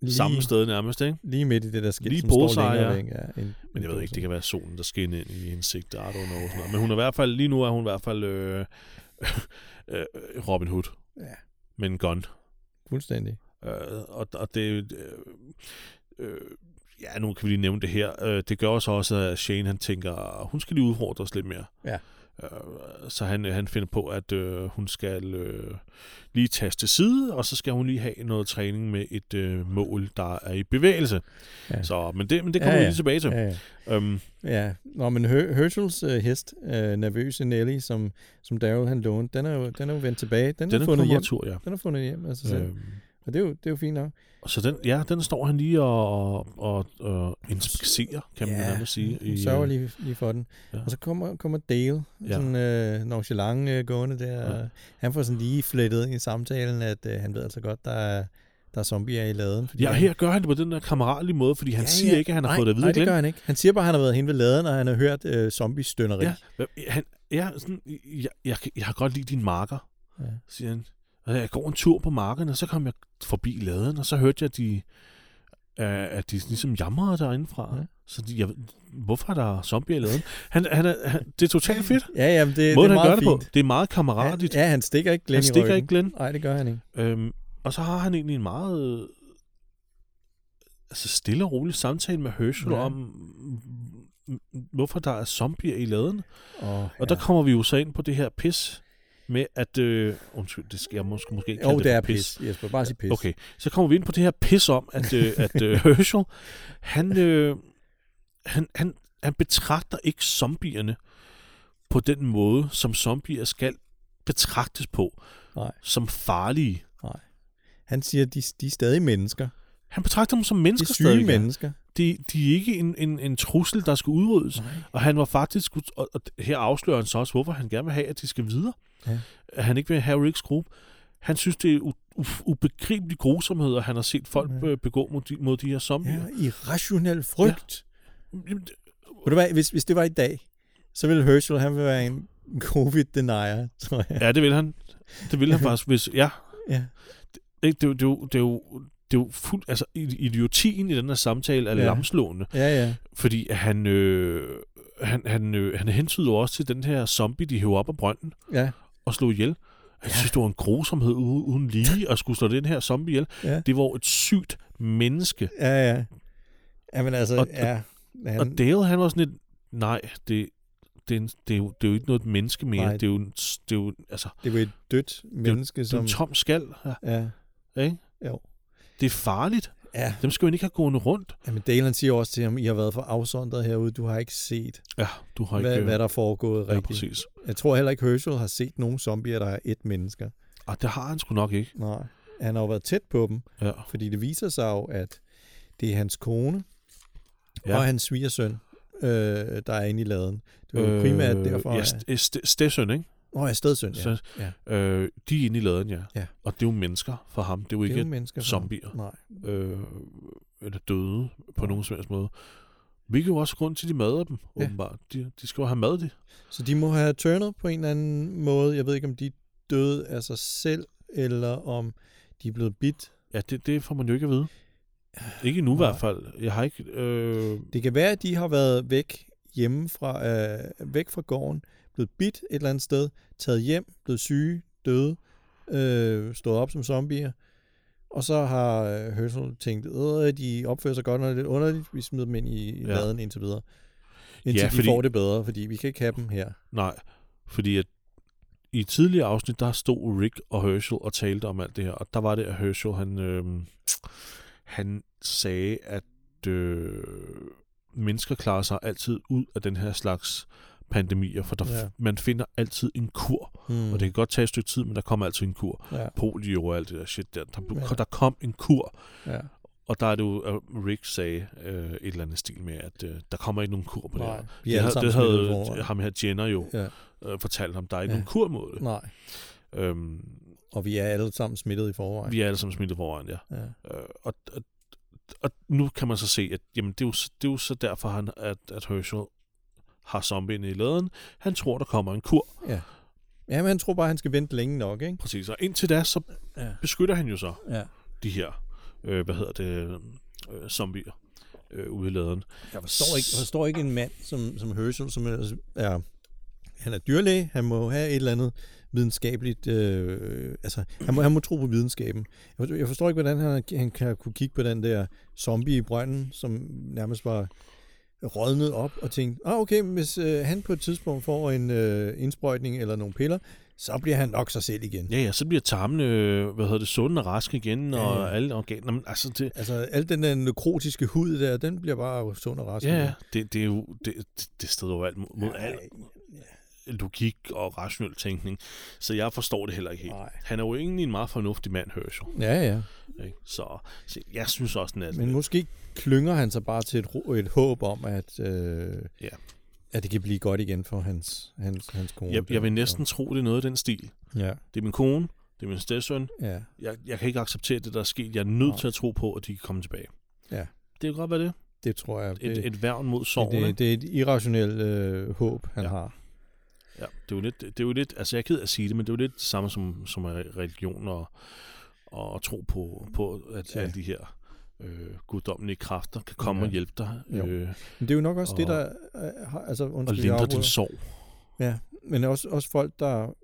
Lige,
samme sted nærmest, ikke?
Lige midt i det der skilt,
Lige
som står
poser,
længere
ja.
væk. Ja, en,
Men jeg ved ikke, det kan være solen, der skinner ind i hendes sigt, der er under og sådan noget. Men hun er i hvert fald, lige nu er hun i hvert fald øh, øh, Robin Hood.
Ja.
Med en gun.
Fuldstændig.
Øh, og, og det... Øh, øh, ja, nu kan vi lige nævne det her. Øh, det gør også også, at Shane han tænker, hun skal lige udfordre os lidt mere.
Ja.
Øh, så han, han finder på, at øh, hun skal øh, lige taste til side, og så skal hun lige have noget træning med et øh, mål, der er i bevægelse.
Ja.
Så, men, det, men det kommer
Ja,
vi
ja.
lige tilbage til.
Ja, ja.
Øhm,
ja. Nå, men Her- Herschels øh, hest, øh, nervøse Nelly, som, som Daryl han lånte, den er jo, den er jo vendt tilbage. Den,
den
er
er
fundet hjem.
kommet tur, ja.
Den er fundet hjem af sig selv.
Øhm,
Og det er, jo, det er jo fint nok.
og så den, ja, den står han lige og, og, og, og inspicerer, kan man
Ja,
nærmest sige. øh,
Hun sørger lige, lige for den.
Ja.
Ja. Og så kommer, kommer Dale,
Ja.
ja. sådan øh, nonchalant øh, gående der.
Ja.
Ja. Han får sådan lige flettet ind i samtalen, at øh, han ved altså godt, der er, der er zombier i laden. Fordi
Ja,
han-
her gør han det på den der kammeratlige måde, fordi han ja,
Ja,
siger
ja.
ikke, at han har
nej,
fået det at vide.
Nej, det
Glenn.
gør han ikke. Han siger bare, at han har været hen ved laden, og han har hørt øh, zombie-stønneri.
Ja, hvad- han er sådan, jeg, jeg, kan- jeg har godt lide din marker, ja.
Ja.
siger han. Og jeg går en tur på marken, og så kom jeg forbi laden, og så hørte jeg, at de, øh, at de ligesom jamrede derindefra. Ja.
Ja.
Så de, jeg, ved- hvorfor er der zombier i laden? Han, han, er, han, det er totalt fedt.
ja jamen, det, det
Måden,
er
han gør
meget
det på,
fint.
det er meget kammeratligt. Ja,
Ja, ja, han stikker ikke
ja, han
Glenn i
stikker
ryggen.
ikke Glenn.
Nej, det gør han ikke.
Øhm, og så har han egentlig en meget øh, altså stille og rolig samtale med Herschel ja.
Ja.
om, mm, mm, hvorfor der er zombier i laden.
Oh,
Og der kommer vi jo så ind på det her pis med, at... Øh, undskyld, det skal jeg måske, måske ikke
jo,
kalde
det er
for
pis. Jesper, bare sig pis.
Okay, så kommer vi ind på det her pis om, at, øh, at øh, Herschel, han, øh, han, han, han betragter ikke zombierne på den måde, som zombier skal betragtes på,
Nej.
som farlige.
Han siger, at de, de er stadig mennesker.
Han betragter dem som
De
mennesker
er syge
ja.
mennesker.
de, de er ikke en, en, en trussel, der skal udryddes.
Nej.
Og han var faktisk, og, og her afslører han så også, hvorfor han gerne vil have, at de skal videre.
Ja.
At han ikke vil have Ricks gruppe. Han synes, det er u- u- ubegribelige grusomheder, han har set folk
Ja.
øh, begå mod de, mod de her zombier.
Ja, irrationel frygt.
Jamen, det-
Ja. Ved du hvad, hvis, hvis det var i dag, så ville Herschel, han ville være en covid-denier, tror jeg.
Ja, det vil han. Det vil han faktisk, hvis... Ja,
Ja.
ikke? Det, er jo- det, er jo- det, er jo, det er jo fuldt... Altså, i- idiotien i den her samtale er
Ja.
ja. lamslående,
Ja, ja.
fordi han... Øh, han, han, øh, han hentyder jo også til den her zombie, de hæver op af brønden
ja.
og slog ihjel. Han synes, det var en grusomhed uden, uden lige at skulle slå den her zombie ihjel.
Ja.
Det var et sygt menneske.
Ja, ja. Jamen altså,
Og-
og, ja. Han,
Og Dale, han var sådan lidt, nej, det, det, er en- det, er, jo, det er jo ikke noget menneske mere.
Nej.
Det er jo, en- det er jo, altså,
det var et dødt menneske,
det er jo
som...
en tom skal. Ja,
ja,
ikke?
jo.
Det er farligt.
Ja,
Dem skal man ikke have gående rundt.
men Dale han siger også til ham, I har været for afsondret herude, du har ikke set,
Ja, du har ikke...
hvad,
øh,
hvad der er foregået
ja,
rigtigt.
præcis.
Jeg tror heller ikke, Herschel har set nogen zombier, der er et mennesker.
Og det har han sgu nok ikke.
Nej. Han har jo været tæt på dem,
Ja.
fordi det viser sig jo, at det er hans kone
Ja.
ja. og hans svigersøn, øh, der er inde i laden. Det var øh, primært derfor,
Ja,
at...
st- st- Stesøn, ikke?
Nå, ja, stedsøn, ja.
Så-
ja.
Øh, de er inde i laden, ja.
Ja.
Og det er jo mennesker for ham. Det er jo
Det er
ikke
jo mennesker. for-
zombier.
Nej.
øh, eller døde på nogen som helst måde. Hvilket jo også er grund til, at de mader dem,
Ja.
åbenbart. De, de skal jo have mad, de.
Så de må have turnet på en eller anden måde. Jeg ved ikke, om de er døde af sig selv, eller om de er blevet bidt.
Ja, det, det får man jo ikke at vide. Ikke nu i
Øh, Nej.
hvert fald. Jeg har ikke... Øh,
Det kan være, at de har været væk hjemmefra, øh, væk fra gården, blevet bidt et eller andet sted, taget hjem, blevet syge, døde, øh, stået op som zombier. Og så har øh, Herschel tænkt, at de opfører sig godt nok lidt underligt, vi smider dem ind i i
Ja.
laden indtil videre. Indtil
Ja,
ja, fordi...
fordi-
de får det bedre, fordi vi kan ikke have dem her.
nej, fordi at i et tidligere afsnit, der stod Rick og Herschel og talte om alt det her. Og der var det, at Herschel, han, øh, han sagde, at øh, mennesker klarer sig altid ud af den her slags pandemier, for der,
Ja.
ja. man finder altid en kur.
Hmm.
Og det kan godt tage et stykke tid, men der kommer altid en kur.
ja,
polio og alt det der shit der. Der,
Ja.
ja. der kom en kur,
ja.
og der er det jo, at Rick sagde øh, et eller andet stil med, at øh, der kommer ikke nogen kur på
Nej,
det
vi er
her.
alle
Det, havde-
sammen
det
smittet
havde
forvejen.
ham her Jenner jo
Ja.
øh, fortalt ham, der er ikke
Ja.
ja. nogen kur mod det.
Nej,
Øhm,
og vi er alle sammen smittet i forvejen.
vi er alle sammen smittet foran, ja.
Ja.
Øh, og, og, og nu kan man så se, at jamen, det, er jo, så- det er jo så derfor, han, at, at Herschel har zombien i laden. Han tror, der kommer en kur.
ja, men han tror bare, han skal vente længe nok, ikke?
Præcis, og indtil da, så
Ja.
beskytter han jo så
ja.
de her, øh, hvad hedder det, øh, zombier øh, ude i laden.
Jeg forstår ikke, jeg forstår ikke en mand som, som Herschel, som ellers er, han er dyrlæge, han må have et eller andet videnskabeligt, øh, altså han må, han må tro på videnskaben. Jeg forstår, jeg forstår ikke, hvordan han, han kan kunne kigge på den der zombie i brønden, som nærmest var rådnet op og tænkte, ah okay, men hvis øh, han på et tidspunkt får en øh, indsprøjtning eller nogle piller, så bliver han nok sig selv igen.
Ja, ja, så bliver tarmene, øh, hvad hedder det, sunde og raske igen,
Ja,
ja,
ja.
og alle organer, men altså det,
Altså, al den der nekrotiske hud der, den bliver bare sund og rask.
ja,
igen.
ja, det, det er jo, det, det steder jo alt mod, mod al logik og rationel tænkning, så jeg forstår det heller ikke helt.
Nej.
Han er jo egentlig en meget fornuftig mand, Herschel,
Ja, ja.
ikke? Så, så jeg synes også, den er
Men måske klynger han sig bare til et, ro- et håb om, at, øh,
Ja.
at det kan blive godt igen for hans, hans, hans kone.
jeg, jeg vil næsten tro, det er noget af den stil.
Ja,
Det er min kone, det er min stedsøn,
ja.
jeg, jeg kan ikke acceptere det, der er sket, jeg er nødt
Nej.
til at tro på, at de kan komme tilbage.
Ja.
Det kan godt være det.
Det tror jeg.
Et,
det,
et værn mod
det,
sorgen, ikke?
det, det er et irrationelt øh, håb, han
Ja.
ja. har.
Ja, det er jo lidt, det er jo lidt altså jeg er ked af at sige det, men det er jo lidt det samme som, som er religion og, og tro på, på at
Ja.
ja. alle de her øh, guddommelige kræfter kan komme
Ja.
ja. og hjælpe dig
Jo.
øh,
Men det er jo nok også det,
Og-
der øh, har... Altså,
og
undskyld, jeg
lindre din
afbryder.
sorg.
Ja, men også, også folk, der...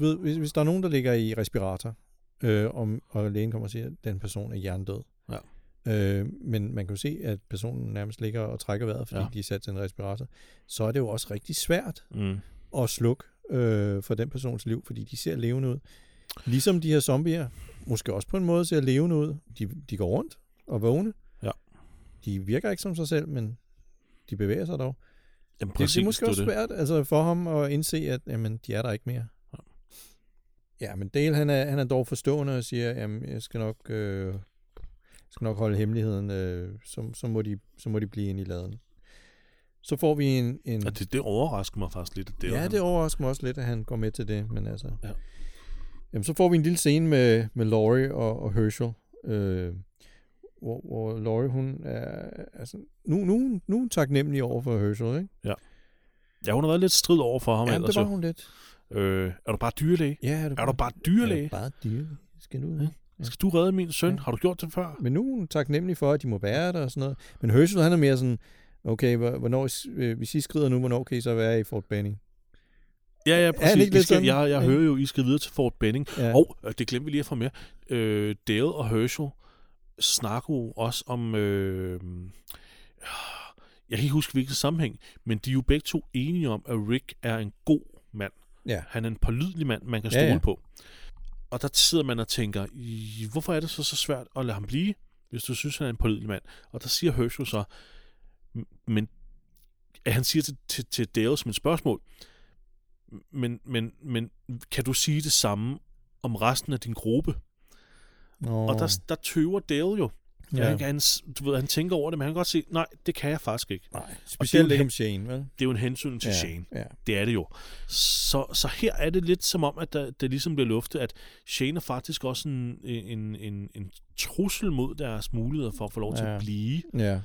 Ved, hvis, hvis der er nogen, der ligger i respirator, øh, om, og lægen kommer og siger, at den person er hjernedød.
Ja.
Øh, men man kan jo se, at personen nærmest ligger og trækker vejret, fordi ja.
Ja.
de er sat til en respirator. Så er det jo også rigtig svært
Mm.
at slukke øh, for den persons liv, fordi de ser levende ud. Ligesom de her zombier, måske også på en måde ser levende ud. De, de går rundt og er vågne.
Ja.
De virker ikke som sig selv, men de bevæger sig dog.
Jamen,
Det,
præcis,
det er måske også
det.
svært altså, for ham at indse, at jamen, de er der ikke mere.
Ja.
Ja, men Dale han er, han er dog forstående og siger, jamen jeg skal nok, øh, skal nok holde hemmeligheden, øh, så, så, må de, så må de blive inde i laden. Så får vi en... en
Ja, det, det overrasker mig faktisk lidt. at Det er
ja,
han.
det overrasker mig også lidt, at han går med til det, men altså...
Ja.
Jamen, så får vi en lille scene med, med Laurie og, og Herschel, øh, hvor, hvor Laurie, hun er, er sådan, nu, nu, nu er hun taknemmelig over for Herschel, ikke?
Ja, hun har været lidt strid over for ham
Jamen,
ellers.
det var
jo.
hun lidt.
Øh, er du bare dyrlæge?
Ja, er du
Er du bare
Er
dyrlæge?
du bare dyrlæge? Skal du ja.
Skal du redde min søn?
Ja.
Har du gjort det før?
Men nu er hun taknemmelig for, at de må være der og sådan noget. Men Herschel, han er mere sådan, okay, hvor- hvornår, I s- øh, hvis I skrider nu, hvornår kan I så være i Fort Benning?
Ja, ja,
han
præcis.
ikke
I
lidt
skal,
sådan?
jeg, jeg
Ja.
hører jo, I skal videre til Fort Benning.
Ja.
Og øh, det glemte vi lige at få med. Øh, Dale og Herschel snakker jo også om... Øh, jeg kan ikke huske, hvilken sammenhæng, men de er jo begge to enige om, at Rick er en god mand.
Ja.
Han er en pålidelig mand, man kan
Ja,
stole ja,
ja.
ja. på. Og der sidder man og tænker, "I- hvorfor er det så, så svært at lade ham blive, hvis du synes, han er en pålidelig mand? Og der siger Herschel så, "M- men at han siger til, til, til Dale som et spørgsmål, men, men, men kan du sige det samme om resten af din gruppe?
Oh,
Oh. Og der, der tøver Dale jo. Ja. Han, han, du ved, han tænker over det, men han kan godt se, nej, det kan jeg faktisk ikke.
Nej,
jo
specielt ikke
en-
om Shane, vel?
Det er jo en hensyn til ja.
ja,
Shane.
Ja.
Det er det jo. Så, så her er det lidt som om, at der, det ligesom bliver luftet, at Shane er faktisk også en, en, en, en trussel mod deres muligheder for at få lov ja. til
Ja.
at blive
ja,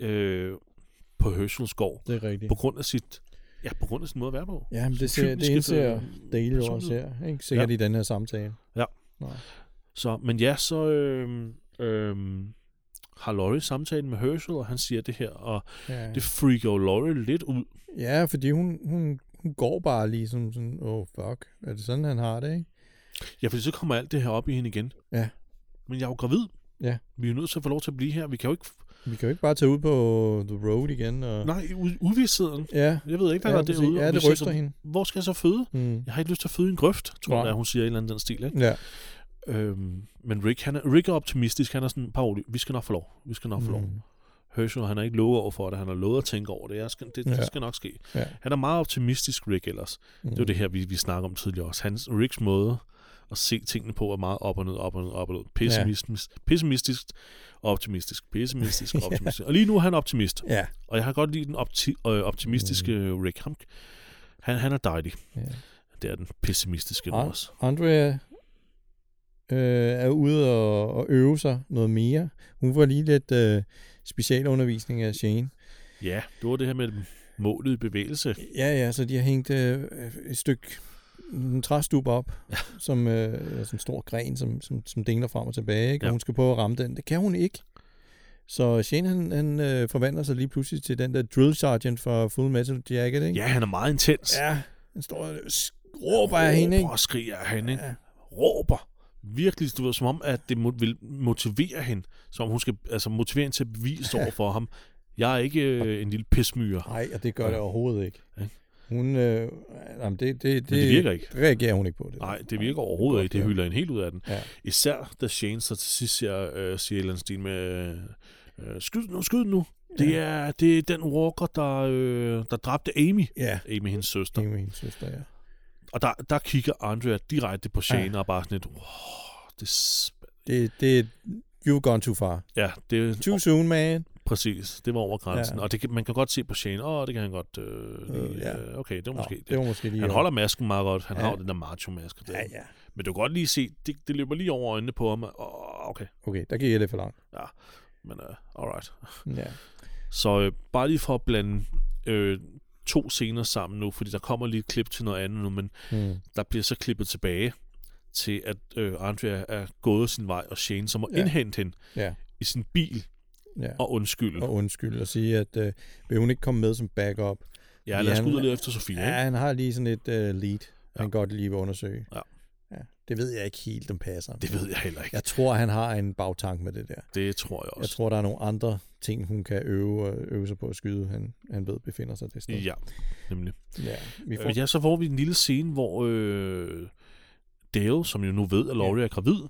øh, på Høsselskov.
det er rigtigt.
På grund af sit... Ja, på grund af sin måde at være på.
Ja, men det, ser, det
Filmskiftet-
indser Dale jo også
personlighed.
her, ikke? sikkert ja. i den her samtale.
Ja.
Nej.
Så, men ja, så øh, øh, har Laurie samtalen med Herschel, og han siger det her, og
Ja.
det freaker jo Laurie lidt ud.
ja, fordi hun, hun, hun går bare lige sådan, sådan, oh fuck, er det sådan, han har det, ikke?
Ja, fordi så kommer alt det her op i hende igen.
Ja.
Men jeg er jo gravid.
Ja.
Vi er jo nødt til at få lov til at blive her. Vi kan jo ikke...
Vi kan jo ikke bare tage ud på The Road igen. Og...
Nej, u- uvidsheden.
Ja,
Jeg ved ikke, hvad
ja,
der er
præcis.
derude.
ja,
Og
det
vi
ryster
siger så,
hende.
Hvor skal jeg så føde?
Mm.
Jeg har ikke lyst til at føde i en grøft, tror
Nej.
jeg, hun siger et eller andet i den stil. Ikke?
Ja.
Øhm, men Rick, han er, Rick er optimistisk. Han er sådan, Pauli, vi skal nok få lov. Vi skal nok få lov.
Mm.
Herschel, han har ikke lovet over for det. Han har lovet at tænke over det. Jeg skal, det, ja.
Ja.
det skal nok ske.
Ja. Mm.
Han er meget optimistisk, Rick, ellers. Det var det her, vi, vi snakker om tidligere også. Hans, Ricks måde at se tingene på er meget op og ned, op og ned, op og ned. Pessimistisk, pessimistisk og optimistisk. Pessimistisk og
Ja.
optimistisk. Og lige nu er han optimist.
Ja.
Og jeg har godt lide den opti- øh, optimistiske mm. Rick Hamk. Han, han er dejlig.
ja.
Det er den pessimistiske nu
Ah.
også.
Andrea øh, er ude og, og øve sig noget mere. Hun får lige lidt øh, specialundervisning af Shane.
Ja, det var det her med målet i bevægelse.
Ja, ja, så de har hængt øh, et stykke en træstub op, som øh, eller sådan en stor gren, som, som, som dingler frem og tilbage, ikke? og
Ja.
hun skal prøve at ramme den. Det kan hun ikke. Så Shane, han, han øh, forvandler sig lige pludselig til den der drill sergeant fra Full Metal Jacket, ikke?
Ja, han er meget intens.
Ja, han står og råber af hende, ikke?
Råber og skriger af hende, ikke?
Ja.
råber. Virkelig, du ved, som om, at det mo- vil motivere hende. Som om hun skal altså, motivere hende til at bevise over for ham. Jeg er ikke øh, en lille pismyre.
Nej, og det gør det overhovedet ikke.
Ja.
Hun, øh, jamen det, det, det,
Men det virker ikke.
Det reagerer hun ikke på det.
Nej, det virker overhovedet ikke. Det
ja.
hylder en helt ud af den.
Ja.
Især da Shane så til sidst siger, øh, siger et eller andet stil med, øh, skyd nu, skyd nu. Det er, det er den Walker, der, øh, der dræbte Amy.
Ja,
Amy, hendes
det
søster.
er min søster, ja.
Og der, der kigger Andrea direkte på Shane
Ja.
og er bare sådan lidt, wow, det, s-
Det, det, you've gone too far.
ja, det,
Too soon, man.
Præcis, det var over grænsen.
Ja.
Ja. Og det, kan- man kan godt se på Shane, åh, det kan han godt... Øh, lige,
ja.
øh, okay, det var
Nå,
måske det.
det var måske lige...
Han holder masken meget godt. Han
Ja.
ja. har jo den der macho-maske der.
Ja, ja.
Men du kan godt lige se, det, det løber lige over øjnene på ham. Åh, okay,
Okay, der gik jeg lidt for langt.
men uh, alright.
Ja.
Så øh, bare lige for at blande øh, to scener sammen nu, fordi der kommer lige et klip til noget andet nu, men
Mm.
der bliver så klippet tilbage til, at øh, Andrea er gået sin vej, og Shane så må
Ja.
ja. indhente hende
Ja.
i sin bil
ja.
og undskylde.
Og undskyld og sige, at øh, vil hun ikke komme med som backup?
ja, lad os
han-
gå ud og lede efter Sofie.
Ja,
Ja.
han har lige sådan et øh, lead, han godt lige vil undersøge.
Ja.
ja. Det ved jeg ikke helt, om passer.
Det ved jeg heller ikke.
Jeg tror, han har en bagtank med det der.
Det tror jeg også.
Jeg tror, der er nogle andre ting, hun kan øve, øh, øve sig på at skyde. Han, han ved, befinder sig det sted.
Ja, nemlig.
ja vi får,
Øh, ja, så får vi en lille scene, hvor øh, Dale, som jo nu ved, at Laurie er gravid,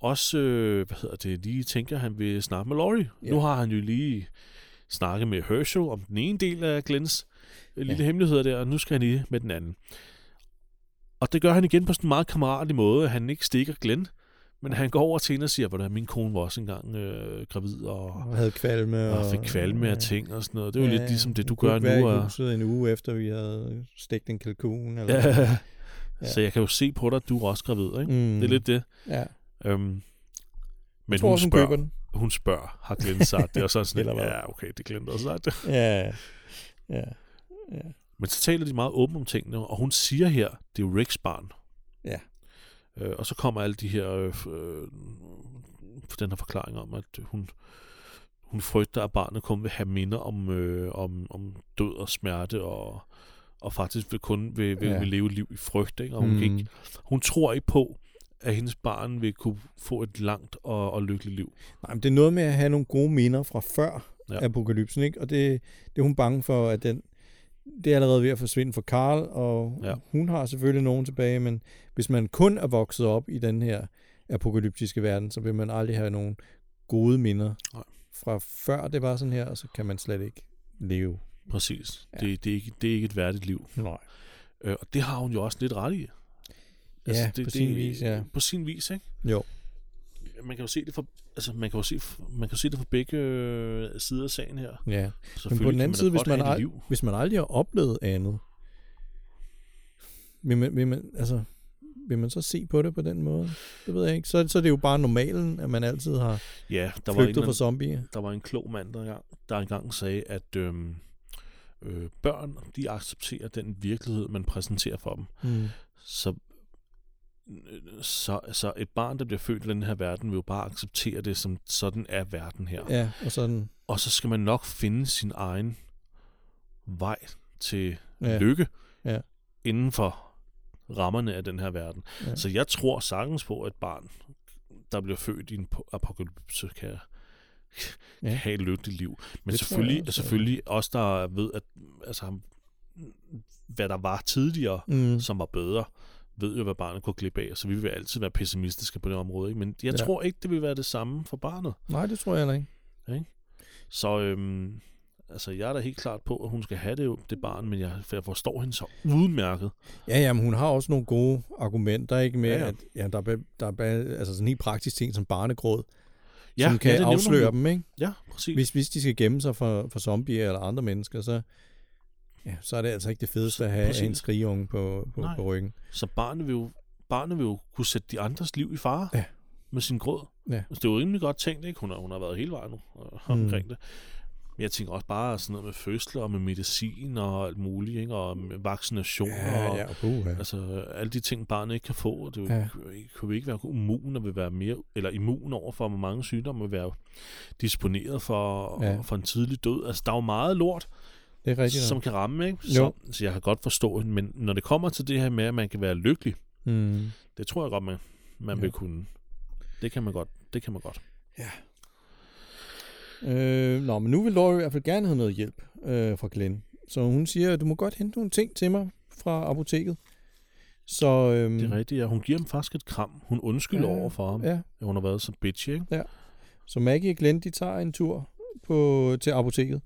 også, øh, hvad hedder det, lige tænker, at han vil snakke med Laurie.
Ja.
Nu har han jo lige snakket med Herschel om den ene del af Glens øh, lille
Ja.
hemmeligheder der, og nu skal han lige med den anden. Og det gør han igen på sådan en meget kammeratlig måde. Han ikke stikker Glenn, men han går over til hende og siger, hvordan min kone var også engang øh, gravid og,
og havde kvalme.
og fik kvalme af ting og sådan noget. Det er jo lidt ligesom det, du
hun kunne
gør
ikke være
nu.
i
Og,
huset en uge efter, vi havde stegt en kalkun. Eller,
Ja, Ja.
Ja.
Så jeg kan jo se på dig, at du er også gravid, ikke? Mm. Det er lidt det.
Ja.
Øhm,
Men
men
tror,
hun
også, hun køber
spørger,
den.
hun spørger, har Glenn sagt det? Og så er sådan,
Eller hvad?
ja, okay, det Glenn der har sagt det.
Ja. Ja. Ja.
Men så taler de meget åbent om tingene, og hun siger her, det er jo Ricks barn.
Ja.
Øh, og så kommer alle de her, øh, f- øh, den her forklaring om, at hun, hun frygter, at barnet kun vil have minder om, øh, om, om død og smerte, og, og faktisk vil kun vil, vil, ja.
Ja.
vil leve liv i frygt. Ikke? Og hun, mm. ikke, hun tror ikke på, at hendes barn vil kunne få et langt og, og lykkeligt liv.
Nej, men det er noget med at have nogle gode minder fra før
Ja.
ja. apokalypsen, ikke? Og det, det er hun bange for, at den, det er allerede ved at forsvinde for Karl, og
Ja.
ja. hun har selvfølgelig nogen tilbage, men hvis man kun er vokset op i den her apokalyptiske verden, så vil man aldrig have nogen gode minder
Nej.
fra før det var sådan her, og så kan man slet ikke leve.
Præcis. Ja.
Ja.
Det, det, er ikke, det er ikke et værdigt liv.
Nej.
Øh, og det har hun jo også lidt ret i. Altså,
Ja, på sin vis, ja.
På sin vis, ikke? Øh,
Jo.
Man kan jo se det fra, altså, man kan jo se, man kan jo se det fra begge øh, sider af sagen her.
Ja. Men
Selvfølgelig
på den anden
kan
side,
da
hvis
godt
man,
have et
ald-
liv.
hvis man aldrig har oplevet andet, vil man, vil, man, altså, vil man så se på det på den måde? Det ved jeg ikke. Så, så er det jo bare normalen, at man altid har
Ja, der var, en,
flygtet
eller
fra
anden-
zombier.
der var en klog mand, der engang, der engang sagde, at øhm, øh, børn, de accepterer den virkelighed, man præsenterer for dem.
Mm.
Så, øh, så, så et barn, der bliver født i den her verden, vil jo bare acceptere det, som sådan er verden her.
Ja, og sådan.
Og så skal man nok finde sin egen vej til ja.
Ja.
lykke
Ja.
inden for rammerne af den her verden. Ja.
Ja.
Så jeg tror sagtens på, at et barn, der bliver født i en po- apokalypse, kan ja.
Ja.
have et lykkeligt liv. Men
Det tror
selvfølgelig,
jeg også, ja.
selvfølgelig også, der ved, at altså, hvad der var tidligere,
Mm.
mm. som var bedre, ved jo, hvad barnet kunne glippe af, så vi vil altid være pessimistiske på det område. Ikke? Men jeg ja.
Ja.
tror ikke, det vil være det samme for barnet.
Nej, det tror jeg heller ikke.
Så øhm, altså, jeg er da helt klart på, at hun skal have det, jo, det barn, men jeg, for jeg forstår hende så udmærket.
Ja, ja, men hun har også nogle gode argumenter, ikke med,
Ja,
ja,
ja.
ja. at ja, der, er, ba- der er ba- altså sådan en helt praktisk ting som barnegråd,
Ja,
som kan
ja, det nævner
afsløre
hun jo.
dem, ikke?
Ja, præcis.
Hvis, hvis de skal gemme sig for, for zombier eller andre mennesker, så, ja, så er det altså ikke det fedeste at have
Præcis.
en skrigeunge på, på,
Nej.
på ryggen.
Så barnet vil, jo, barnet vil jo kunne sætte de andres liv i fare
Ja.
med sin gråd.
Ja.
Altså, det er jo rimelig godt tænkt, ikke? Hun har, hun har været hele vejen nu og,
Mm.
omkring det. Men jeg tænker også bare sådan noget med fødsler og med medicin og alt muligt, ikke? Og med vaccinationer og
ja, puha.
Altså, alle de ting, barnet ikke kan få, og det ja.
Ja.
kunne vi ikke være immun og vil være mere, eller immun over for, hvor mange sygdomme vil være disponeret for, ja.
Ja.
for en tidlig død. Altså, der er jo meget lort,
Det er rigtigt.
som
Som...
kan ramme, ikke?
Jo.
Så, så jeg kan godt forstå hende, men når det kommer til det her med, at man kan være lykkelig,
Mm.
det tror jeg godt, man, man
Ja.
vil kunne. Det kan man godt. Det kan man godt.
Øh, nå, men nu vil Laurie i hvert fald gerne have noget hjælp øh, fra Glenn. Så hun siger, du må godt hente nogle ting til mig fra apoteket. Så, øhm,
Mm. Det er rigtigt, ja. Hun giver ham faktisk et kram. Hun undskylder ja.
Ja,
over for ham, ja.
Ja,
at hun har været så bitchy, ikke?
så Maggie og Glenn, de tager en tur på, til apoteket.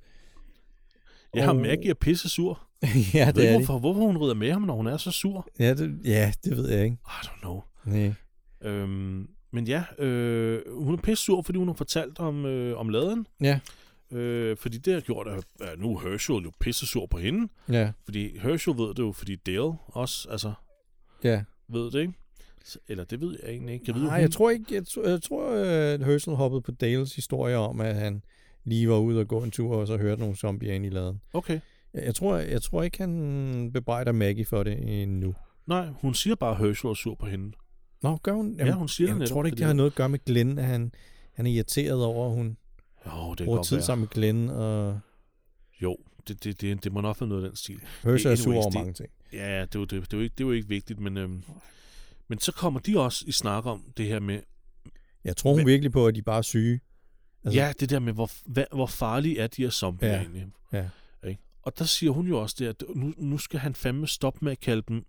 Jeg har
Og-
Maggie er pisse sur.
ja,
Jeg
det
ved ikke,
er det.
hvorfor, hvorfor hun rider med ham, når hun er så sur.
Ja, det. Ja, det ved jeg ikke.
I don't know.
Nej.
Øhm, men ja, øh, hun er pisse sur, fordi hun har fortalt om, øh, om laden.
Ja.
Øh, fordi det har gjort, at, at nu er Herschel jo pisse sur på hende.
Ja,
Fordi Herschel ved det jo, fordi Dale også altså,
ja.
ved det, ikke? Så- Eller det ved jeg egentlig ikke. Jeg ved,
Nej,
hun-
jeg tror ikke, jeg, tr- jeg tror, at Herschel hoppede på Dales historie om, at han lige var ude og gå en tur, og så hørte nogle zombier ind i laden.
Okay.
Jeg, jeg, tror, jeg, jeg tror ikke, han bebrejder Maggie for det endnu.
Nej, hun siger bare, at Herschel er sur på hende.
Nå, gør hun?
Jamen, ja, hun siger det
jeg
netop,
tror da ikke,
fordi-
det har noget at gøre med Glenn, at han, han er irriteret over, at hun
Jo, det kan
bruger
godt
tid
være.
sammen med Glenn, og
Jo, det, det, det, det må nok være noget af den stil.
Herschel er sur
anyways,
over
det-
mange ting.
Ja, ja, det er jo, det, det er jo, ikke, det er jo ikke vigtigt, men, øhm, men så kommer de også i snak om det her med,
Jeg tror hun
Men-
virkelig på, at de bare er syge.
Altså, ja, det der med, hvor, hvad, hvor farlige er de her zombier ja.
Ja.
egentlig.
Ja.
Ikke? Og der siger hun jo også det, at nu, nu skal han fandme stoppe med at kalde dem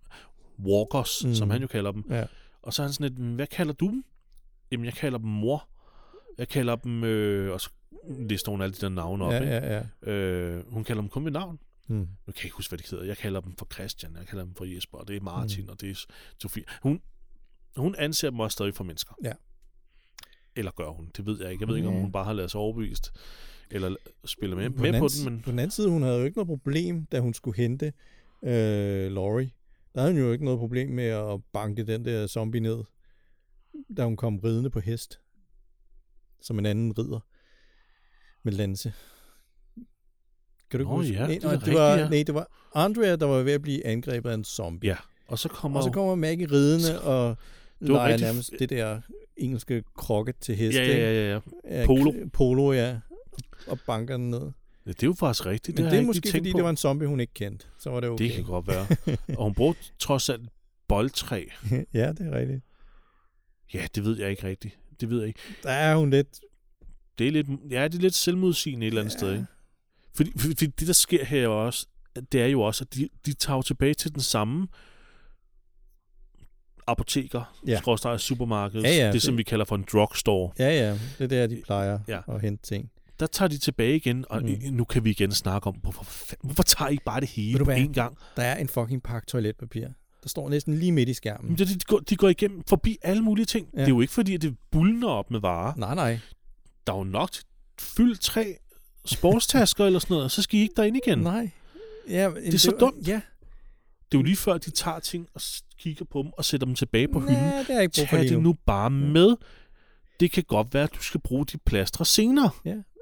walkers, mm.
Mm.
som han jo kalder dem.
Ja.
Og så er han sådan lidt, "Men hvad kalder du dem? Jamen, jeg kalder dem mor. Jeg kalder dem, øh, og så lister hun alle de der navne op.
ja,
ikke?
ja, ja.
Øh, hun kalder dem kun ved navn.
Hmm.
Nu kan jeg ikke huske, hvad de hedder. Jeg kalder dem for Christian, jeg kalder dem for Jesper, og det er Martin, mm. og det er Sofie. Hun, hun anser dem også stadig for mennesker.
Ja.
Eller gør hun? Det ved jeg ikke. Jeg ved ikke, om
Ja.
hun bare har lavet sig overbevist, eller spiller med,
den
med
anden
på
si-
den, men
på den anden side, hun havde jo ikke noget problem, da hun skulle hente øh, Laurie der havde hun jo ikke noget problem med at banke den der zombie ned, da hun kom ridende på hest. Som en anden rider. Med lanse. Kan du ikke
Nå
huske?
ja,
nej,
det er
nej,
rigtigt,
var,
ja.
nej, det var Andrea, der var ved at blive angrebet af en zombie.
Ja, og så kommer...
Og så kommer Maggie ridende og
var
det leger
rigtig-
nærmest det der engelske krokke til hest.
ja, ja, ja, ja, ja.
ikke? Ja,
Polo.
k- Polo, ja. Og banker den ned.
Ja, Det er jo faktisk rigtigt.
Men
har
det
jeg
er
ikke
måske
lige tænkt
fordi,
på.
det var en zombie, hun ikke kendte. Så var det okay.
Det kan godt være. og hun brugte trods alt boldtræ.
ja, det er rigtigt.
Ja, det ved jeg ikke rigtigt. Det ved jeg ikke.
Der er hun lidt...
Det er lidt, ja, det er lidt selvmodsigende et eller andet
Ja.
ja. sted, ikke? Fordi, fordi fordi det, der sker her jo også, det er jo også, at de, de tager jo tilbage til den samme apoteker,
Ja.
ja. skråstrej supermarked,
Ja, ja,
det,
det-
det som vi kalder for en drugstore.
Ja, ja. Det er der, de plejer
Ja.
at hente ting.
Der tager de tilbage igen, og
Mm.
mm. nu kan vi igen snakke om, hvorfor, fa- hvorfor tager I ikke bare det
Ved du
hele på
hvad? Mm.
én gang?
Der er en fucking pakke toiletpapir. Der står næsten lige midt i skærmen.
Mm. De, de, går, de går igennem forbi alle mulige ting.
Ja.
Ja. Det er jo ikke fordi, at det bulner op med varer.
Nej, nej.
Der er jo nok til- fyldt tre sportstasker eller sådan noget, og så skal I ikke derind igen.
Nej. Ja, men
så dumt.
Ja.
Det er jo lige før, de tager ting og s- kigger på dem og sætter dem tilbage på hylden.
Nej, det er jeg ikke brug for
Tag
lige
det
nu.
nu bare med. Det kan godt være, at du skal bruge de plastre senere.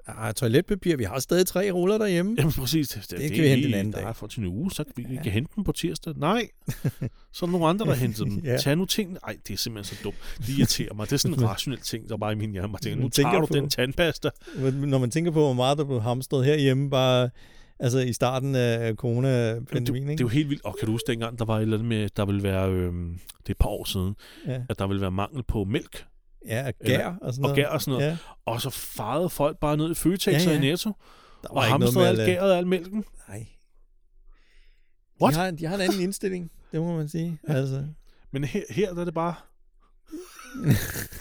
Ah, toiletpapir. Vi har stadig tre ruller derhjemme.
Jamen præcis. Det,
kan vi hente en
lige-
anden
der
dag.
er for til en uge, så kan vi ja. kan hente dem på tirsdag. Nej, så er der nogle andre, der henter dem.
Ja.
ja. Tag nu tingene. Ej, det er simpelthen så dumt. Det irriterer mig. Det er sådan en rationel ting, der bare i min hjerne. Jeg tænker, nu
Men tænker
tager du
på-
den tandpasta.
Men Når man tænker på, hvor meget der blev hamstret herhjemme, bare altså i starten af
Jamen, det,
corona-pandemien,
det er
ikke?
jo helt vildt. Og kan du huske dengang, der var et eller andet med, der ville være, øhm, det er et par år siden,
Ja,
at der ville være mangel på mælk
ja og gær og sådan
og
noget.
gær og sådan noget.
Ja,
Og så farede folk bare ned i Føtex
Ja,
ja, ja.
ja.
og i Netto,
der var
og
ikke noget
hamstrede
med at
alt
lade-
gæret og al mælken.
Nej.
What?
De har, de har en anden indstilling, det må man sige. Altså,
Men her, her der er det bare...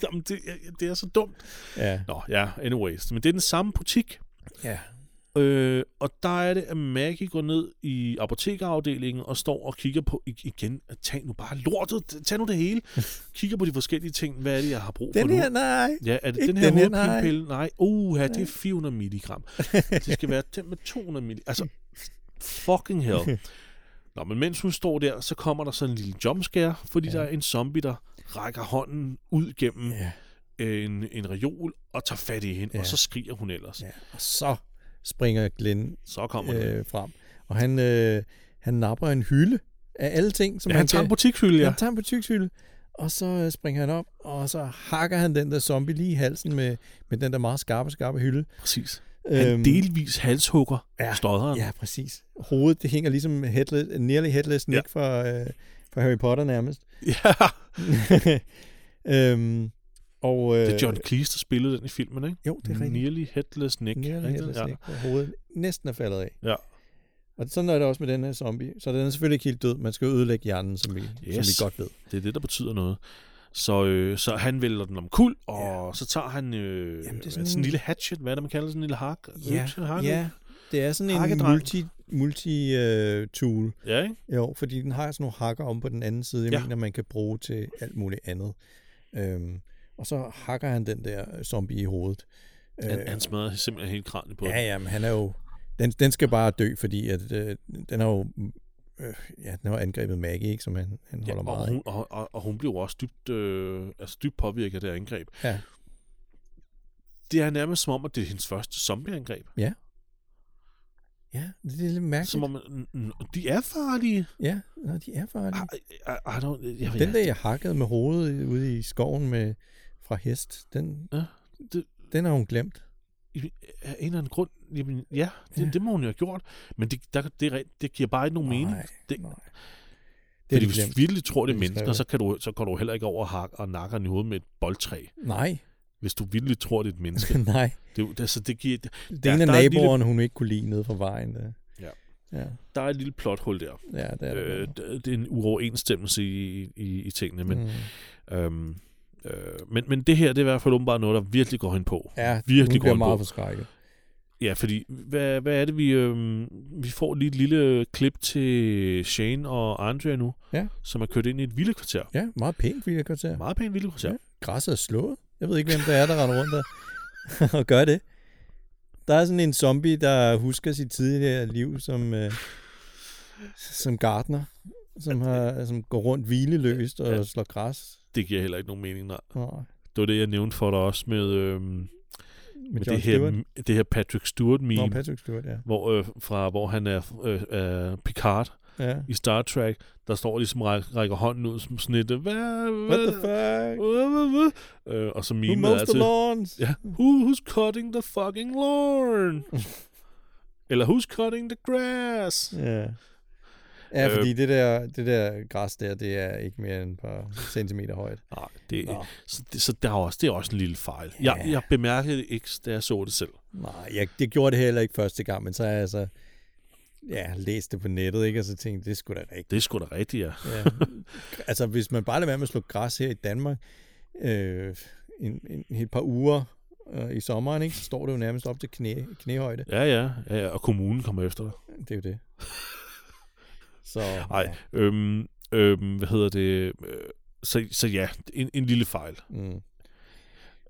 Jamen, det, er- det er så dumt.
ja.
Nå, ja, anyways. Men det er den samme butik.
ja.
Øh, og der er det, at Maggie går ned i apotekerafdelingen og står og kigger på i- igen. Tag nu bare lortet. Tag nu det hele. Kigger på de forskellige ting. Hvad er det, jeg har brug for
Den
nu?
her, nej.
Ja, er det
Ikke
den her
den her, nej.
hovedpinepille? Nej. Uh, det er 400 milligram. Det skal være den med 200 milligram. Altså, fucking hell. Nå, men mens hun står der, så kommer der sådan en lille jumpscare, fordi ja. der er en zombie, der rækker hånden ud gennem
Ja.
øh, en, en reol og tager fat i hende,
Ja.
og så skriger hun ellers. Ja.
ja. Og så springer Glenn
Så kommer øh,
øh, frem. Og han, øh, han napper en hylde af alle ting, som
ja, han
han
tager en
kan.
butikshylde, ja.
Han tager en butikshylde, og så øh, springer han op, og så hakker han den der zombie lige i halsen med, med den der meget skarpe, skarpe hylde.
Præcis. Han delvis halshugger
Øhm, ja,
ja, stodderen. Ja.
Ja, præcis. Hovedet, det hænger ligesom headless, nearly headless Nick ja. fra, øh, fra Harry Potter nærmest.
ja.
øhm, og, øh,
Det er John Cleese, der spillede den i filmen, ikke?
Jo, det er rigtigt.
Nearly Headless Nick.
Nearly
ikke?
headless
ja.
Nick, hvor hovedet næsten er faldet af.
Ja.
Og sådan er det også med den her zombie. Så den er selvfølgelig ikke helt død. Man skal jo ødelægge hjernen, som vi, yes. som
Yes.
vi godt ved.
Det er det, der betyder noget. Så, øh, så han vælter den om kul, og ja. så tager han øh,
Jamen,
Jamen,
det
sådan,
er sådan
en... sådan
en-
en lille hatchet, hvad er det, man kalder sådan en lille hak? Økse, hak, ikke?
ja. Det er sådan en
Hakkedreng.
multi, multi uh, tool.
ja ikke?
Jo, fordi den har sådan nogle hakker om på den anden side. Jeg ja.
Ja.
mener, man kan bruge til alt muligt andet. Øhm, og så hakker han den der zombie i hovedet.
Han, han smadrer simpelthen helt kranen på
Øh, Ja, ja, men han er jo... Den, den skal bare dø, fordi at, øh, den har jo... Øh, ja, den har angrebet Maggie, ikke, som han, han holder
ja, og,
meget af.
hun, og, og, og hun bliver jo også dybt, øh, altså dybt påvirket af det her angreb.
Ja.
Det er nærmest som om, at det er hendes første zombieangreb.
Ja, det er lidt mærkeligt.
Som om, n- n- de er farlige.
Ja, nå, de er farlige.
I, I, I don't, jeg,
Den der, jeg hakkede med hovedet ude i skoven med, fra hest, den,
Ja, det-
den har hun glemt.
I- af en eller anden grund, jamen, ja, det,
Ja.
ja, det må hun jo have gjort, men det, der, det, er rent- det giver bare ikke nogen mening.
Nej,
Det-
nej.
Det
Det
Fordi
er de
hvis
glemt.
du virkelig tror, det
Det
er
er de
mennesker, så kan, du, så kan du heller ikke over og hak- og nakke den i hovedet med et boldtræ.
Nej,
Hvis du virkelig tror, det er et menneske.
nej.
det, er jo- altså, det giver,
Det
Der-
er en af
der er et
naboerne, hun ikke kunne lide nede fra vejen. Der.
Ja.
Ja,
der er et lille plothul der.
ja det er
Øh,
det.
d- det er en uoverensstemmelse i, i, i tingene. Men,
Mm.
mm. øhm, øh, men, men det her, det er i hvert fald åbenbart noget, der virkelig går hende på.
Ja,
virkelig
hun bliver
går
meget
på.
forskrækket.
Ja, fordi hvad, hvad er det, vi... Øhm, vi får lige et lille klip til Shane og Andrea nu,
Ja.
som er kørt ind i et villekvarter.
Ja, meget pænt vildekvarter.
Meget pænt villekvarter.
Ja. Græsset er slået. Jeg ved ikke, hvem der er, der render rundt der og gør det. Der er sådan en zombie, der husker sit tidligere liv som, øh, som gartner. som, har, som går rundt hvileløst og
Ja.
ja. slår græs.
Det giver heller ikke nogen mening. Nej.
Og
Det var det, jeg nævnte for dig også med, øhm, med, med
Jon
det, her, det her Patrick Stewart meme,
Nå,
Nå,
Patrick Stewart, ja.
hvor, øh, fra, hvor han er øh, øh, Picard
ja.
i Star Trek, der står ligesom ræk, rækker hånden ud som sådan et, øh, hvad,
What the fuck?
fuck? Øh, og så
Who
memet
mows
er
the
til,
lawns?
Ja. Who, who's cutting the fucking lawn? Eller who's cutting the grass?
Ja. Ja,
Øh.
fordi det der, det der græs der, det er ikke mere end et par centimeter højt.
Nej, Ah, det,
Nå.
så, det, så der er også, det er også en lille fejl. Jeg,
Ja.
jeg bemærkede det ikke, da jeg så det selv.
Nej, jeg, det gjorde det heller ikke første gang, men så har jeg altså ja, læst det på nettet, ikke? og så tænkte jeg, det skulle da rigtigt.
Det er sgu da rigtigt, ja.
Ja. altså, hvis man bare lader være med at slå græs her i Danmark øh, en, en, et par uger øh, i sommeren, ikke? så står det jo nærmest op til knæ, knæhøjde.
Ja, ja, ja, ja, og kommunen kommer efter dig.
Det er jo det. Så,
Nej,
Ja.
øhm, øhm, hvad hedder det? Øh, Så, så ja, en, en lille fejl.
Mm.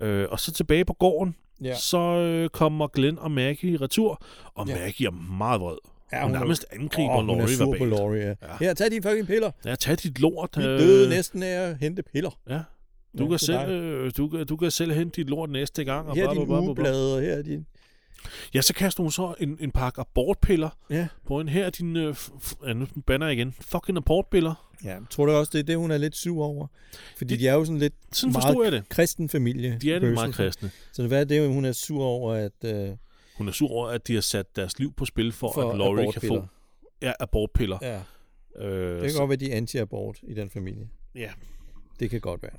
Øh, og så tilbage på gården, ja.
Ja.
så øh, kommer Glenn og Maggie i retur, og ja.
Ja.
Maggie er meget vred.
Ja,
Ja, hun
hun er-
nærmest angriber
Åh,
oh,
hun er
Laurie
sur på
verbalt.
Laurie, ja.
Ja.
Her, tag dine fucking piller.
Ja, tag dit lort.
Vi
øh,
døde næsten af at hente piller.
Ja. Du,
Ja,
kan
det er
selv,
dejligt.
øh, du, kan- du kan selv hente dit lort næste gang. Og
Her er
bla, bla,
dine
bla, bla, bla.
ugeblade, og her er din...
Ja, så kaster hun så en, en pakke abortpiller
Ja.
på en her. Din, øh, f- f- ja, nu banner jeg igen. Fucking abortpiller.
ja, tror du også, det er det, hun er lidt sur over? Fordi
Det-
de er jo sådan lidt
Sådan
Meget
forstod jeg det.
kristen familie.
De er lidt meget
Bøssen.
kristne.
Så hvad er det, hun er sur over, at... Øh,
Hun er sur over, at de har sat deres liv på spil for,
for
for at Laurie kan
abortpiller.
få ja, abortpiller.
Ja,
Øh,
det kan
så,
godt være, de er anti-abort i den familie.
ja.
Det kan godt være.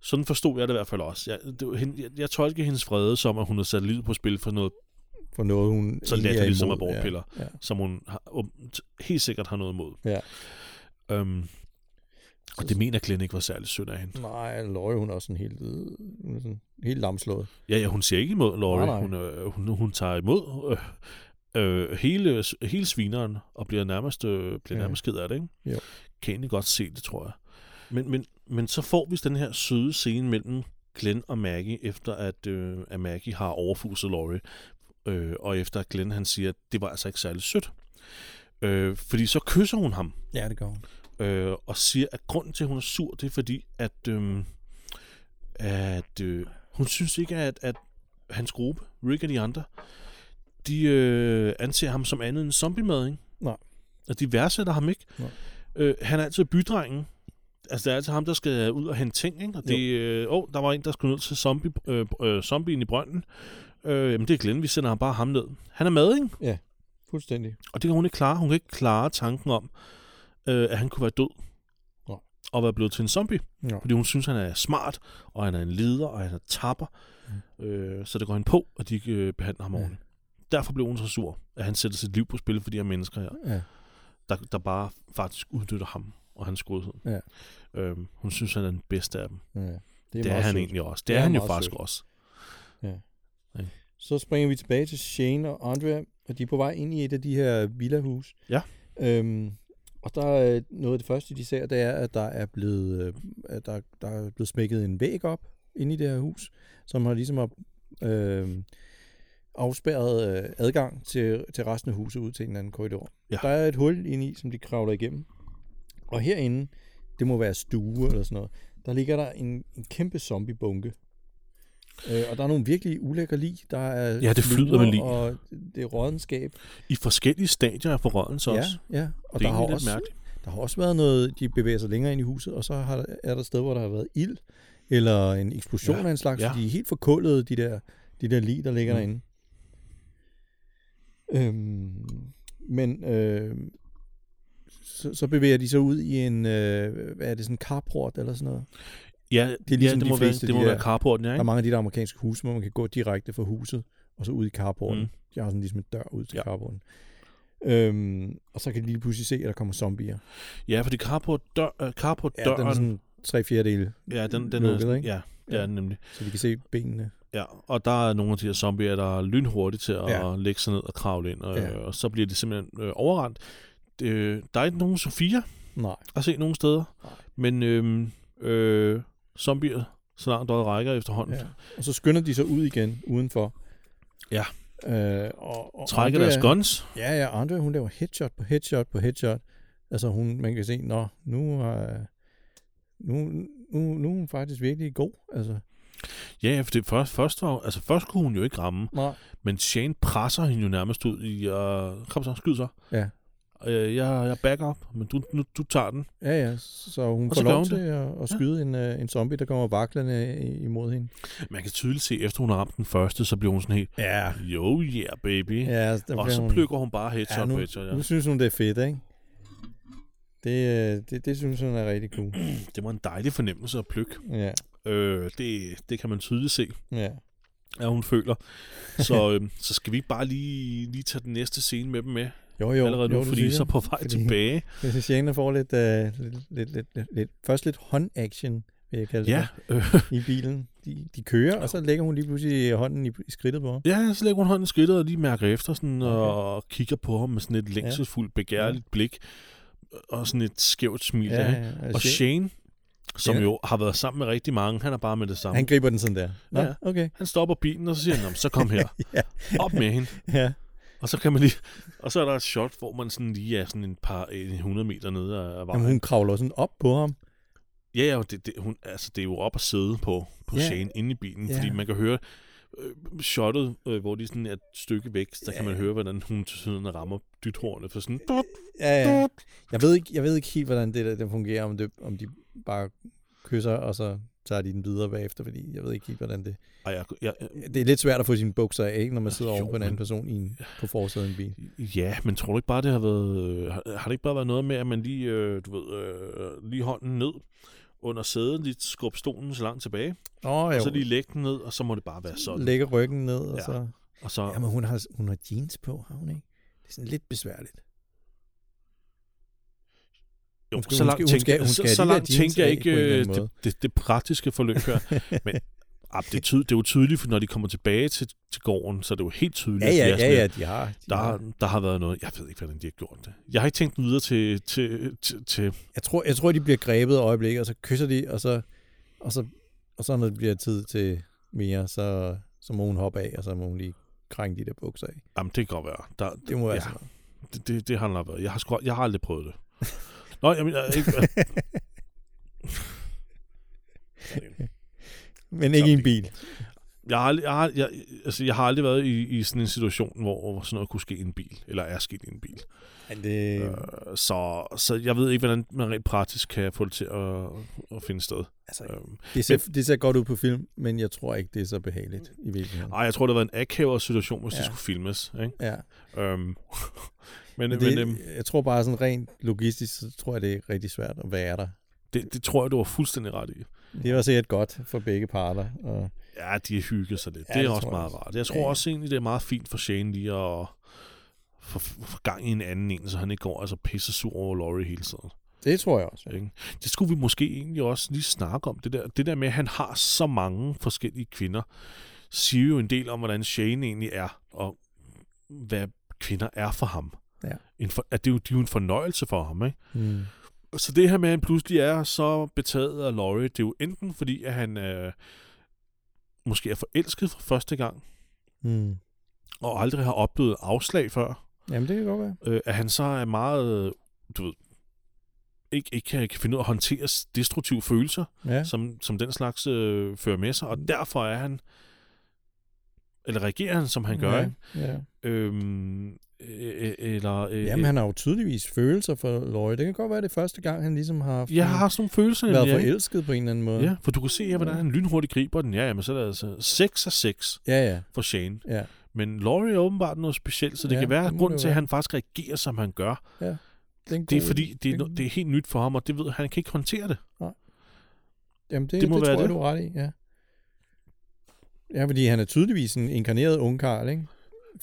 Sådan forstod jeg det i hvert fald også. Jeg, det, var hende, jeg, jeg tolker hendes vrede som, at hun har sat livet på spil for noget,
For noget, hun
Så
egentlig er
latterligt som
imod.
ligesom abortpiller.
Ja, ja.
som hun har, åbent- helt sikkert har noget imod.
Ja.
Øhm, og det mener Glenn ikke var særlig synd af hende.
Nej, Laurie, hun er også sådan helt, øh, hun er sådan helt lamslået.
Ja, ja, hun siger ikke imod Laurie.
Nej, nej.
Hun, øh, hun, hun tager imod øh, øh, hele, hele svineren og bliver nærmest, øh, bliver
Ja.
nærmest ked af det, ikke?
Jo.
Kan egentlig godt se det, tror jeg. Men, men, men så får vi den her søde scene mellem Glenn og Maggie, efter at, øh, at Maggie har overfuset Laurie. Øh, og efter at Glenn han siger, at det var altså ikke særlig sødt. Øh, fordi så kysser hun ham
Ja, det gør hun.
øh, og siger, at grunden til, at hun er sur, det er fordi, at, øh, at øh, hun synes ikke, at, at hans gruppe, Rick og de andre, de øh, anser ham som andet end zombie-mad, ikke?
Nej.
Og de værdsætter ham ikke.
Nej.
Øh, han er altid bydrengen. Altså, det er altid ham, der skal ud og hente ting, ikke? Og det, øh, åh, der var en, der skulle ned til zombie, øh, øh, zombien i brønden. Øh, jamen, det er Glenn, vi sender ham bare ham ned. Han er med, ikke?
Fuldstændig.
Og det kan hun ikke klare. Hun kan ikke klare tanken om, øh, at han kunne være død.
Nej.
Og være blevet til en zombie.
Ja.
Fordi hun synes, han er smart, og han er en leder, og han er tapper. Mm. Øh, så det går hende på, og de ikke øh, behandler ham
Ja.
ordentligt. Derfor blev hun så sur, at han sætter sit liv på spil for de her mennesker her,
ja.
der, der bare faktisk udnytter ham og hans godhed.
Ja.
Øhm, hun synes, han er den bedste af dem.
Ja, det er,
Det er, det er
meget
han
sødt.
egentlig også. Det
Det
er,
er
han jo
meget
faktisk
sødt.
også.
Så springer vi tilbage til Shane og Andrea, og de er på vej ind i et af de her villahus.
Ja.
Øhm, og der er noget af det første, de ser, det er, at der er blevet, øh, at der, der er blevet smækket en væg op inde i det her hus, som har ligesom har, øh, afspærret øh, adgang til, til resten af huset ud til en eller anden korridor.
Ja.
Der er et hul inde i, som de kravler igennem. Og herinde, det må være stue eller sådan noget, der ligger der en, en kæmpe zombiebunke. Øh, og der er nogle virkelig ulækre lig. Der er
Ja, det flyder med
fluer,
lig.
Og det er rådenskab.
I forskellige stadier af forrådelse
Ja,
også.
ja. Og
Det
der
er
har,
egentlig lidt
også,
mærkeligt.
der har også været noget, de bevæger sig længere ind i huset, og så har, er der et sted, hvor der har været ild, eller en eksplosion
Ja,
ja, af en slags,
ja.
ja. de er helt forkullede, de der, de der lig, der ligger
Mm.
mm. derinde. Øhm, men øh, så, så bevæger de sig ud i en, øh, hvad er det, sådan en carport eller sådan noget?
Ja, det, er
ligesom
ja, det
de
må
fleste,
være, det
de
må
der-
være carporten, ja,
Der er
ikke?
mange af de der amerikanske huse, hvor man kan gå direkte fra huset, og så ud i carporten.
Mm.
Mm. De har sådan ligesom en dør ud til
Ja.
ja. carporten. Øhm, og så kan de lige pludselig se, at der kommer zombier.
Ja, fordi carport, dør, øh, carport
Ja,
døren,
den er sådan tre fjerdedele,
ja, den, den er,
lukket,
sådan-
ikke?
ja, det er
Ja.
den nemlig.
så vi kan se benene.
Ja, og der er nogle af de her zombier, der er lynhurtige til at ja.
Ja.
lægge sig ned og kravle ind, og, ja.
Ja.
og så bliver de simpelthen øh, overrendt. Øh, der er ikke nogen Sofia
Nej.
at se nogen steder,
Nej.
men øh, øh, zombier, så langt øjet rækker efterhånden, ja.
Ja. Og så skynder de sig ud igen udenfor.
Ja.
Øh, og, og
trækker
Andrea-
deres guns.
Ja, ja, Andre, hun laver headshot på headshot på headshot. Altså hun, man kan se, nå, nu har, nu, nu, nu er hun faktisk virkelig god. Altså,
Ja, ja, for det først, først, var, altså først kunne hun jo ikke ramme,
nej.
men Shane presser hende jo nærmest ud i, uh, kom så, skyd så.
Ja.
Øh, jeg, jeg backer op, men du, nu, du tager den.
Ja, ja, så hun
Og
og
så
får
gør
lov
hun
til at, at skyde ja. en, øh, en zombie, der kommer vaklende øh, i- imod hende.
Man kan tydeligt se, efter hun har ramt den første, så bliver hun sådan helt,
Ja.
yo yeah baby. Ja,
Ja, altså, der
og
bliver
så
hun-
plukker hun bare headshot
Ja,
ja,
nu-
på headshot. Ja.
Nu synes hun, det er fedt, ikke? Det, øh, det, det synes hun er rigtig cool.
Det var en dejlig fornemmelse at plukke.
Ja,
Øh, det, det kan man tydeligt se,
ja.
at hun føler. Så, øh, så skal vi ikke bare lige, lige tage den næste scene med dem med
Jo, jo.
allerede nu,
jo, du
fordi så
siger
er på vej
Fordi-
tilbage.
det. Hvis Jane får lidt, øh, lidt, lidt, lidt, lidt, lidt, først lidt håndaction, vil jeg kalde
Ja, øh,
det, i bilen. De, de kører, og så lægger hun lige pludselig hånden i, i skridtet på ham.
ja, så lægger hun hånden i skridtet og lige mærker efter sådan,
Okay.
og kigger på ham med sådan et længselsfuldt, begærligt blik og sådan et skævt smil. Ja, ja. Og
Shane-
Shane, som
Ja.
jo har været sammen med rigtig mange, han er bare med det samme.
Han griber den sådan der. Nå,
Ja.
ja. okay.
Han stopper bilen, og så siger han, "Nå, men så kom her.
Ja.
Op med hende.
Ja.
Og så kan man lige... Og så er der et shot, hvor man sådan lige er sådan en par en 100 meter nede af af vejen.
Jamen, hun kravler sådan op på ham.
Ja, ja, det, det, hun, altså, det er jo op at sidde på, på
Ja.
yeah. Shane inde i bilen,
Ja.
fordi man kan høre øh, shottet, øh, hvor de sådan er et stykke væk, der kan man høre, hvordan hun til siden rammer dythornet for sådan... Dut,
Ja, ja. Jeg ved ikke, jeg ved ikke helt, hvordan det der det fungerer, om, det, om de bare kysser, og så tager de den videre bagefter, fordi jeg ved ikke helt, hvordan det...
Ej, jeg, jeg,
Det er lidt svært at få sine bukser af, ikke, når man sidder
Øhm. Jo,
oven på en anden
men-
person i en, på forsædet af en bil.
ja, men tror du ikke bare, det har været... øh, Har, har det ikke bare været noget med, at man lige, øh, du ved, øh, lige hånden ned under sædet, lige skubbe stolen så langt tilbage,
Åh,
og så lige lægge den ned, og så må det bare være sådan.
lægger ryggen ned, og
Ja.
ja. så...
og så,
Jamen, hun har, hun har jeans på, har hun ikke? Det er sådan lidt besværligt.
jo,
hun skal-
så
hun
langt
skal- hun
tænkte
skal-
jeg-
hun
så-
skal
så
alligevel
langt
have
tænkte jeg
jeans af
ikke
på en eller
øh,
anden
det,
måde.
det, det praktiske forløb her. men- Ah, det, er tyd- det er jo tydeligt, for når de kommer tilbage til, til gården, så er det jo helt tydeligt,
ja, ja,
at de er sådan
ja, ja,
lidt,
de har. De har.
Der, der har været noget. Jeg ved ikke, hvordan de har gjort det. Jeg har ikke tænkt videre til... til, til, til
Jeg, tror, jeg tror, de bliver grebet et øjeblik, og så kysser de, og så, og så, og så når det bliver tid til mere, så, så må hun hoppe af, og så må hun lige krænge de der bukser af.
jamen, det kan godt være. Der,
Det må være
ja,
sådan noget.
det, det, det har nok været. Jeg har, sgu, jeg har aldrig prøvet det. Nå, jamen, jeg, ikke,
Men ikke i en
Jamen,
bil.
jeg, har aldrig, jeg, har, jeg, altså, jeg har aldrig været i, i sådan en situation, hvor sådan noget kunne ske i en bil, eller er sket i en bil.
Men det, øh.
Øh, så, så jeg ved ikke, hvordan man rent praktisk kan få det til at, at finde sted.
altså,
Øh,
det, ser, det ser godt ud på film, men jeg tror ikke, det er så behageligt i virkeligheden.
Ej, jeg tror, det var en akavet situation, hvis ja.
Ja.
det skulle filmes. Ikke?
Ja.
Øhm, men
Men
det,
det,
men, øhm,
jeg tror bare sådan rent logistisk, så tror jeg, det er rigtig svært at være der.
det, det tror jeg, du var fuldstændig ret i.
Det var sikkert godt for begge parter. Og,
Ja, de har hygget sig lidt.
Ja,
Ja, det er
det
også
tror jeg
meget
også.
rart. Jeg tror
Ja, ja.
også egentlig, det er meget fint for Shane lige at få få gang i en anden en, så han ikke går altså pisse sur over Laurie hele tiden.
det tror jeg også. Ja.
Ikke? Det skulle vi måske egentlig også lige snakke om. Det der, det der med, at han har så mange forskellige kvinder, siger jo en del om, hvordan Shane egentlig er, og hvad kvinder er for ham.
Ja.
En for, at det er jo, de er jo en fornøjelse for ham, ikke?
Mm.
Så det her med, at han pludselig er så betaget af Laurie, det er jo enten fordi, at han øh, måske er forelsket for første gang,
Mm.
og aldrig har oplevet afslag før,
Jamen, det kan godt være.
øh, at han så er meget, øh, du ved, ikke, ikke kan, kan finde ud af at håndtere s- destruktive følelser,
Ja. Mm.
ja. som, som den slags øh, fører med sig, og derfor er han, eller reagerer han, som han gør,
ja.
ikke?
Ja.
Øhm, øh, øh, eller, øh,
Jamen, han har jo tydeligvis følelser for Laurie. Det kan godt være, det er første gang, han ligesom har haft-
jeg har sådan nogle følelser.
været
nemlig, ikke?
forelsket på en eller anden måde.
Ja, for du kan se her, hvordan han lynhurtigt griber den. Ja, jamen, så er det altså 6 af 6
ja, ja.
for Shane.
ja.
Men Laurie er åbenbart noget specielt, så det ja,
Ja,
kan være,
det
at
må
grunden
det
til, at
være.
han faktisk reagerer, som han gør,
en
det er,
god-
fordi det er, no- det er helt nyt for ham, og det ved han, han kan ikke håndtere det.
Jamen, det,
Det
det,
må
må det
være
tror
det.
jeg, du er ret i, ja. Ja, fordi han er tydeligvis en inkarneret ungkarl, ikke?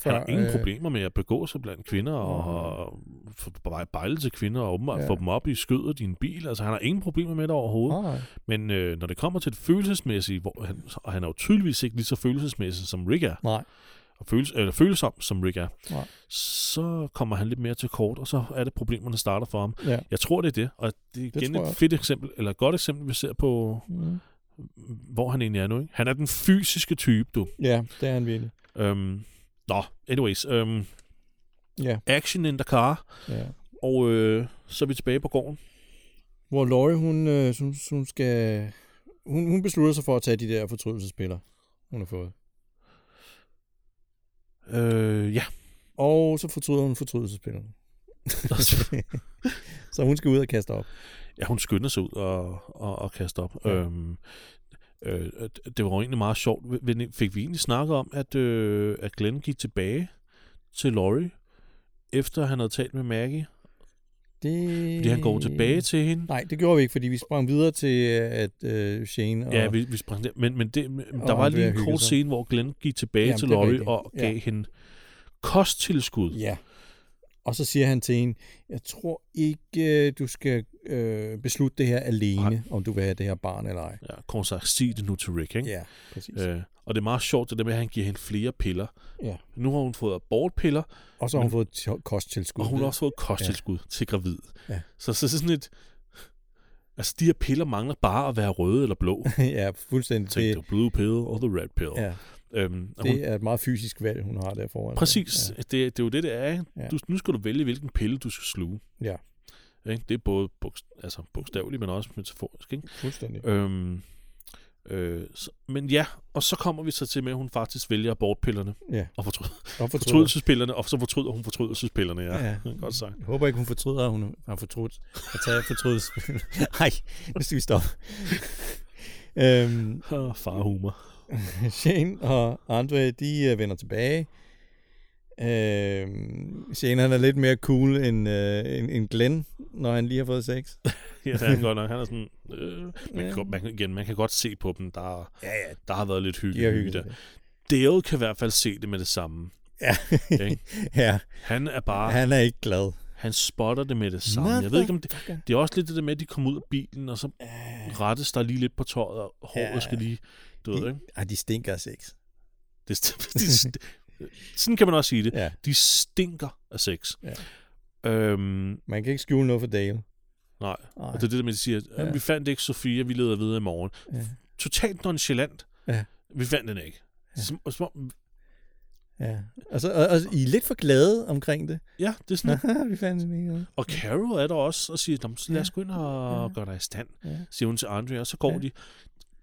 Han har ingen
øh,
problemer med at begå sig blandt kvinder og få bejle til kvinder og åbenbart ja.
Ja.
få dem op i skødet i en bil. Altså, han har ingen problemer med det overhovedet.
Nej, nej.
Men øh, når det kommer til det følelsesmæssige, hvor han, og han er jo tydeligvis ikke lige så følelsesmæssig, som Rick er,
nej.
og føles, eller følsom, som Rick er,
Nej.
så kommer han lidt mere til kort, og så er det problemerne starter for ham.
Ja.
Jeg tror, det er det, og det er
Det
igen
tror
et
jeg.
fedt eksempel, eller et godt eksempel, vi ser på,
Mm.
hvor han egentlig er nu. Ikke? Han er den fysiske type, du.
Ja, det er han virkelig.
Øhm, nå, anyways. Øhm,
Ja,
action in the car.
ja.
Og øh, så er vi tilbage på gården.
Hvor Laurie, hun, øh, synes, hun skal... Hun, hun beslutter sig for at tage de der fortrydelsespiller, hun har fået.
Øh, ja.
Og så fortryder hun fortrydelsespillerne. så hun skal ud og kaste op.
ja, hun skynder sig ud og, og, og kaster op.
Ja.
Ja. Øhm, øh, det var jo egentlig meget sjovt. Vi- vi- Fik vi egentlig snakket om, at, øh, at Glenn gik tilbage til Laurie, efter han havde talt med Maggie?
Det...
Fordi han går tilbage til hende.
Nej, det gjorde vi ikke, fordi vi sprang videre til, at øh, Shane og...
Ja, vi, vi sprang der. Men, men det, men
Og
der var
han
lige
bliver
en kort
hygget sig.
scene, hvor Glenn gik tilbage Jamen,
Jamen,
til
det er
Laurie
rigtigt.
og
Ja.
gav hende kosttilskud.
Ja. Og så siger han til hende, jeg tror ikke, øh, du skal øh, beslutte det her alene, Nej. om du vil have det her barn eller ej.
Ja, kort sagt, sig det nu til Rick, ikke?
Ja, præcis.
Øh, og det er meget sjovt, det der med, at han giver hende flere piller.
Ja.
Nu har hun fået abortpiller,
Og så har hun fået t- kosttilskud.
og hun har også fået kosttilskud ja. til gravid.
Ja.
Så, så, så sådan et... Altså, de her piller mangler bare at være røde eller blå.
ja, fuldstændig.
Take
Det,
the blue pill or the red pill.
ja,
Øhm, og hun,
det er et meget fysisk valg, hun har der foran. sig.
præcis,
Ja.
ja. det, det er jo det, det er. ikke?
Ja.
Du, nu skal du vælge, hvilken pille du skal sluge.
Ja.
Ikke? Det er både bogst- altså bogstaveligt, men også metaforisk. Ikke?
Fuldstændig.
Øhm, øh, så, men ja, og så kommer vi så til med, at hun faktisk vælger abortpillerne
Ja,
og fortryder,
og fortryder.
fortrydelsespillerne, og så fortryder hun fortrydelsespillerne, ja. ja.
Ja.
Godt sagt.
Jeg håber ikke, hun fortryder, at hun har fortrudt at tage fortrydelsespillet. Nej, nu skal vi stoppe. øhm,
Og farhumor.
Shane og Andre, de øh, vender tilbage. Øh, Shane, han er lidt mere cool end, øh, end, end Glenn, når han lige har fået sex.
Ja, det er han godt nok. Han er sådan... Øh, man, kan,
Ja.
godt- man, kan- igen, man kan godt se på dem, der,
Ja, ja.
der har været lidt
De har
hygge. hygge
hygget
der.
sig.
Dale kan i hvert fald se det med det samme.
Ja.
Ikke?
ja,
Han er bare...
han er ikke glad.
Han spotter det med det samme. Jeg ved ikke, om det,
Motherfucker.
det er også lidt det der med, at de kommer ud af bilen, og så
Øh,
rettes der lige lidt på tøjet, og håret
Ja.
skal lige... Du ved, ikke?
Ej, de stinker af sex.
Det, de, de, sådan kan man også sige det.
Ja.
De stinker af sex.
Ja.
Øhm,
Man kan ikke skjule noget for Dale.
nej.
Nej.
Og det er det der med, at de siger,
Ja.
ja. vi fandt ikke Sofia, vi leder videre i morgen.
Ja.
Totalt nonchalant.
Ja.
Vi fandt den ikke. Som, som, om-
Ja. Og, så, og, og, I er lidt for glade omkring det.
ja, det er sådan lidt.
Haha, vi fandt hende ikke.
Og Carol er der også og siger, "Nå, men så lad os
Ja.
gå ind og
Ja.
gøre dig i stand,
Ja.
siger hun til Andrea, og så går
Ja.
ja. de.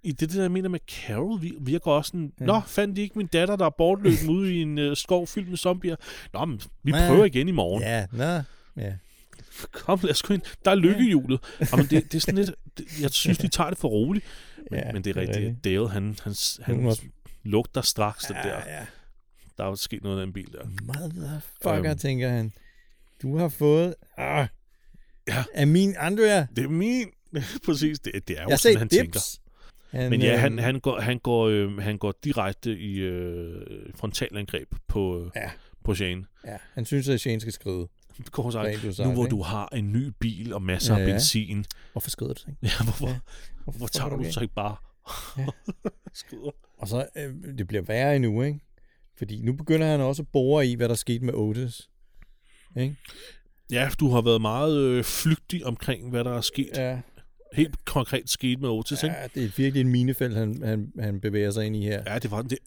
I det, det, der jeg mener med Carol, vi- virker også sådan,
Ja.
ja. Nå, fandt de ikke min datter, der er bortløbet ude i en øh, skov fyldt med zombier? Nå, men vi
Ja.
prøver igen i morgen.
Ja, nå. Ja.
kom, lad os gå ind. Der er lykkehjulet. Jamen, det, det er sådan lidt, det, jeg synes, de tager det for roligt. Men,
Ja,
ja, men det er
det er
rigtigt, at Dale, han, han,
Hun
han
var-
lugter straks det der.
ja.
Der er jo sket noget af den bil der.
Motherfucker,
Øhm.
tænker han. Du har fået... Ah,
Ja.
Af min Andrea.
Det er min... Præcis, det, det er jo
Jeg
sådan,
sagde
han
dips.
tænker.
Han,
Men øh, ja,
øhm,
han, han, går, han, går, øh, han går direkte i øh, frontalangreb på, øh,
Ja.
ja. på Shane.
Ja, han synes, at Shane skal skride.
Kort sagt,
Rent ud sagt,
nu hvor
ikke?
du har en ny bil og masser
Ja,
af
ja.
benzin,
Hvorfor skrider du? Ikke?
ja, hvorfor,
Ja.
ja. hvorfor tager
gør
du
det?
så ikke bare
Ja.
ja. skrider?
Og så, øh, det bliver værre endnu, ikke? Fordi nu begynder han også at bore i, hvad der skete med Otis. Ikke?
Ja, du har været meget øh, flygtig omkring, hvad der er sket. Ja.
Ja,
Helt konkret sket med Otis, ja. ikke?
ja, det er virkelig en minefelt, han, han, han bevæger sig ind i her.
Ja, det, var, det,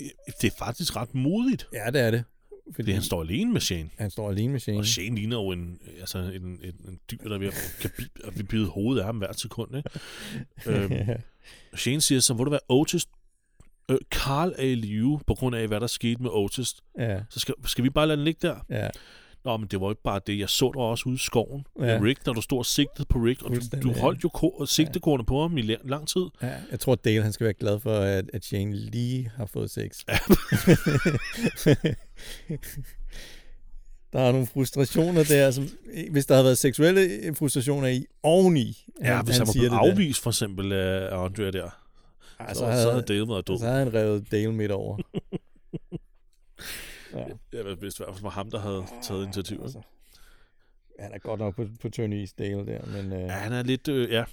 det er faktisk ret modigt,
Ja, det er det. Fordi
fordi han står alene med Shane.
han står alene med Shane.
Og Shane ligner jo en, altså en, en, en dyr, der er ved at- kan bi- at vi bide hovedet af ham hvert sekund. Ikke? øhm,
ja.
Shane siger så, hvor du være Otis, øh, Carl er i live på grund af, hvad der skete med Otis.
ja,
Så skal, skal vi bare lade den ligge der?
ja,
Nå, men det var ikke bare det. Jeg så dig også ude i skoven
Ja.
ja. med Rick, når du stod og sigtede på Rick, og du,
Fuldstændig,
du
ja.
holdt jo ko- sigtekornet på ham i la- lang tid.
ja. Jeg tror, Dale han skal være glad for, at, at Shane lige har fået sex. der er nogle frustrationer der, som, hvis der havde været seksuelle frustrationer i oveni.
Ja, hvis han var blevet
det der. Altså,
afvist for eksempel af af Andrea der,
Ej,
så, så havde Dale været død.
Så havde han revet Dale midt over. ja,
Ja, hvis det var ham, der havde taget initiativet.
altså. Han er godt nok på, på tynd is, Dale der, men øh,
Ja,
ja.
han er lidt, øh, ja.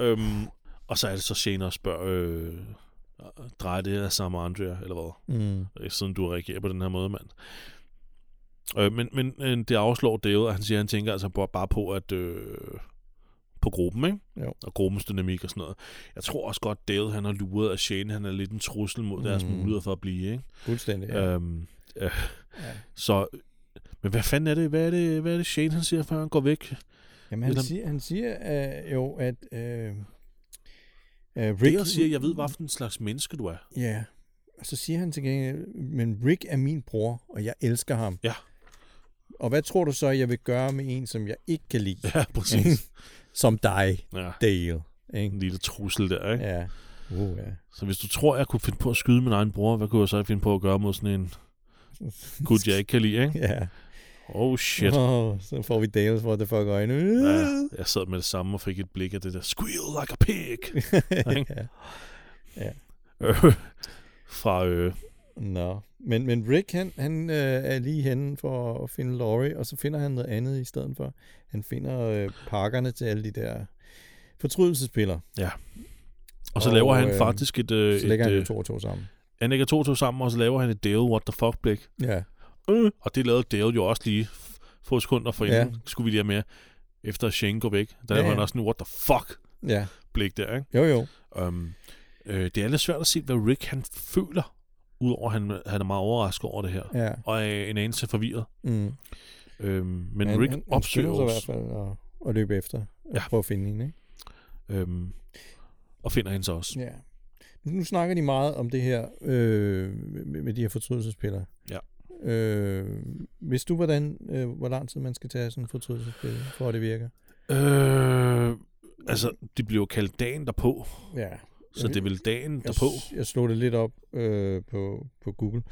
Øhm, og så er det så Shane og spørger, øh, drejer det her sammen med Andrea, eller hvad?
mm,
Øh, Siden du reagerer på den her måde, mand. Øh, men, men øh, det afslår Dale, og han siger, at han tænker altså bare, bare på, at... Øh, på gruppen, ikke?
Jo.
Og gruppens dynamik og sådan noget. Jeg tror også godt, Dale han har luret, at Shane han er lidt en trussel mod deres
Mm.
muligheder for at blive, ikke?
fuldstændig. Ja.
Øhm, øh,
Ja.
Øhm, så Men hvad fanden er det? Hvad er det, hvad er det Shane han siger, før han går væk?
Jamen, han
Eller-
siger, han siger øh, jo, at øh, øh, Rick...
Rick det, siger, jeg ved, hvad for en slags menneske du er.
Ja, og så siger han til gengæld, men Rick er min bror, og jeg elsker ham.
Ja.
Og hvad tror du så, jeg vil gøre med en, som jeg ikke kan lide?
Ja, præcis.
Som dig,
Ja,
Dale. Ikke?
en lille trussel der, ikke? Ja.
Ja. Uh, ja.
Så hvis du tror, jeg kunne finde på at skyde min egen bror, hvad kunne jeg så finde på at gøre mod sådan en gut, jeg ikke kan lide, ikke?
ja.
Oh shit.
Oh, så får vi Dales for the fuck øjne.
Ja, jeg sad med det samme og fik et blik af det der squeal like a pig
ja.
øh, fra øh,
Nå. Men, men Rick, han, han øh, er lige henne for at finde Laurie, og så finder han noget andet i stedet for. Han finder øh, pakkerne til alle de der fortrydelsespiller.
og så
Og,
laver han
øh,
faktisk et, øh,
Så lægger
et
han jo
øh,
to og to sammen.
han lægger to og to sammen, og så laver han et Dale what the fuck blik.
Ja.
Øh, og det lavede Dale jo også lige f- få sekunder for inden,
Ja.
ja. skulle vi lige have med. Efter at Shane går væk, der
Ja,
laver
ja.
han også en what the fuck
Ja.
blik der, ikke?
Jo, jo.
Um, øh, det er lidt svært at se, hvad Rick han føler, udover at han, han er meget overrasket over det her. Ja.
Ja.
Og er en anelse forvirret.
Mm.
Øhm, men han, Rick
han, han
opsøger
skynder sig i
os.
hvert fald at, at løbe efter. Ja.
Ja.
Prøve at finde hende, ikke?
Øhm, og finder hende så også.
Ja. Nu, nu snakker de meget om det her øh, med, med de her fortrydelsespillere.
Ja.
Øh, vidste du, hvordan, øh, hvor lang tid man skal tage sådan en fortrydelsespille, for at det virker?
Øh, altså, det bliver jo kaldt dagen derpå,
Ja.
så det er vel dagen
jeg,
derpå.
s- Jeg slog det lidt op øh, på, på Google.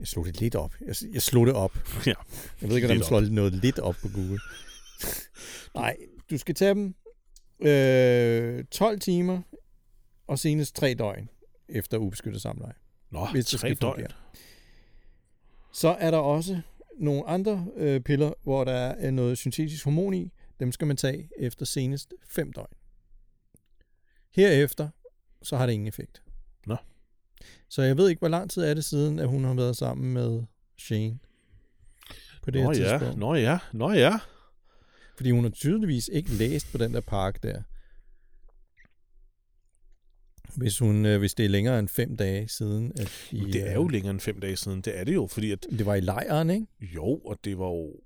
Jeg slog det lidt op. Jeg, s- jeg slog det op.
Ja.
Jeg ved ikke, hvordan man
Lidt
slår noget lidt op på Google. Nej, du skal tage dem øh, 12 timer og senest 3 døgn efter ubeskyttet samleje.
Nå,
hvis det
tre
skal
døgn.
fungere. Så er der også nogle andre øh, piller, hvor der er øh, noget syntetisk hormon i. Dem skal man tage efter senest 5 døgn. Herefter, så har det ingen effekt.
Nå.
Så jeg ved ikke, hvor lang tid er det siden, at hun har været sammen med Shane. På det
Nå
her
ja,
tidspunkt.
nå ja, nå ja.
Fordi hun har tydeligvis ikke læst på den der park der. Hvis, hun, øh, hvis det er længere end fem dage siden, at de,
Men Det er jo længere end fem dage siden. Det er det jo, fordi at,
øh, Det var i lejren, ikke?
jo, og det var jo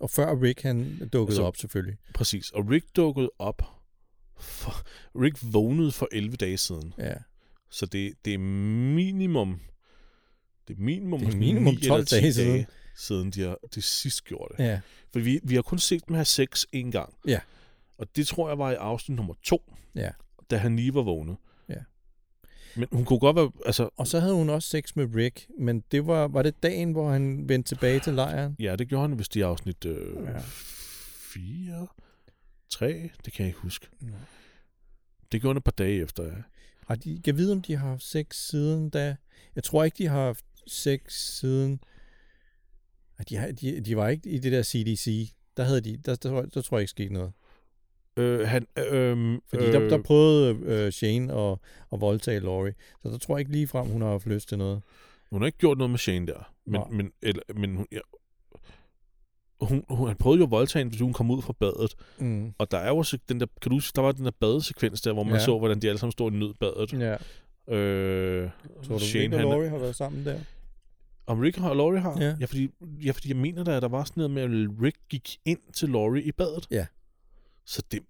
Og før Rick, han dukkede altså,
Altså-
op selvfølgelig.
præcis. Og Rick dukkede op. For, Rick vågnede for 11 dage siden.
Ja.
Så det, det er minimum... Det er minimum,
Det er minimum
9 eller
12
10
dage siden.
siden de, har, de sidst gjorde det.
Ja.
For vi, vi har kun set dem have sex en gang.
Ja.
Og det tror jeg var i afsnit nummer to,
Ja.
da han lige var vågnet.
Ja.
Men hun kunne godt være... Altså,
Og så havde hun også sex med Rick, men det var, var det dagen, hvor han vendte tilbage til lejren?
ja, det gjorde han vist i afsnit øh,
Ja.
ja. fire, tre, det kan jeg ikke huske.
Nej.
Det gjorde han et par dage efter, ja.
Har de, jeg ved, om de har haft sex siden da... Jeg tror ikke, de har haft sex siden... Ej, De, har, de, de var ikke i det der CDC. Der, havde de, der, der, der, der tror jeg ikke skete noget.
Øh, han, øh,
Fordi øh, der, der prøvede øh, Shane at, at voldtage Laurie. Så der tror jeg ikke ligefrem, hun har haft lyst til noget.
Hun har ikke gjort noget med Shane der. Men,
Nej.
men, eller, men hun, ja, hun, hun, han prøvede jo at voldtage hende, hvis hun kom ud fra badet.
Mm.
Og der er jo også den der, kan du huske, der var den der badesekvens der, hvor man
Ja.
ja. så, hvordan de alle sammen stod i nødbadet.
Ja.
Øh,
Tror du, Shane,
Shane,
og
han-
Laurie har været sammen der?
om Rick har og Laurie har?
Ja.
Ja. ja, fordi, ja, fordi jeg mener da, at der var sådan noget med, at Rick gik ind til Laurie i badet.
Ja.
Så det,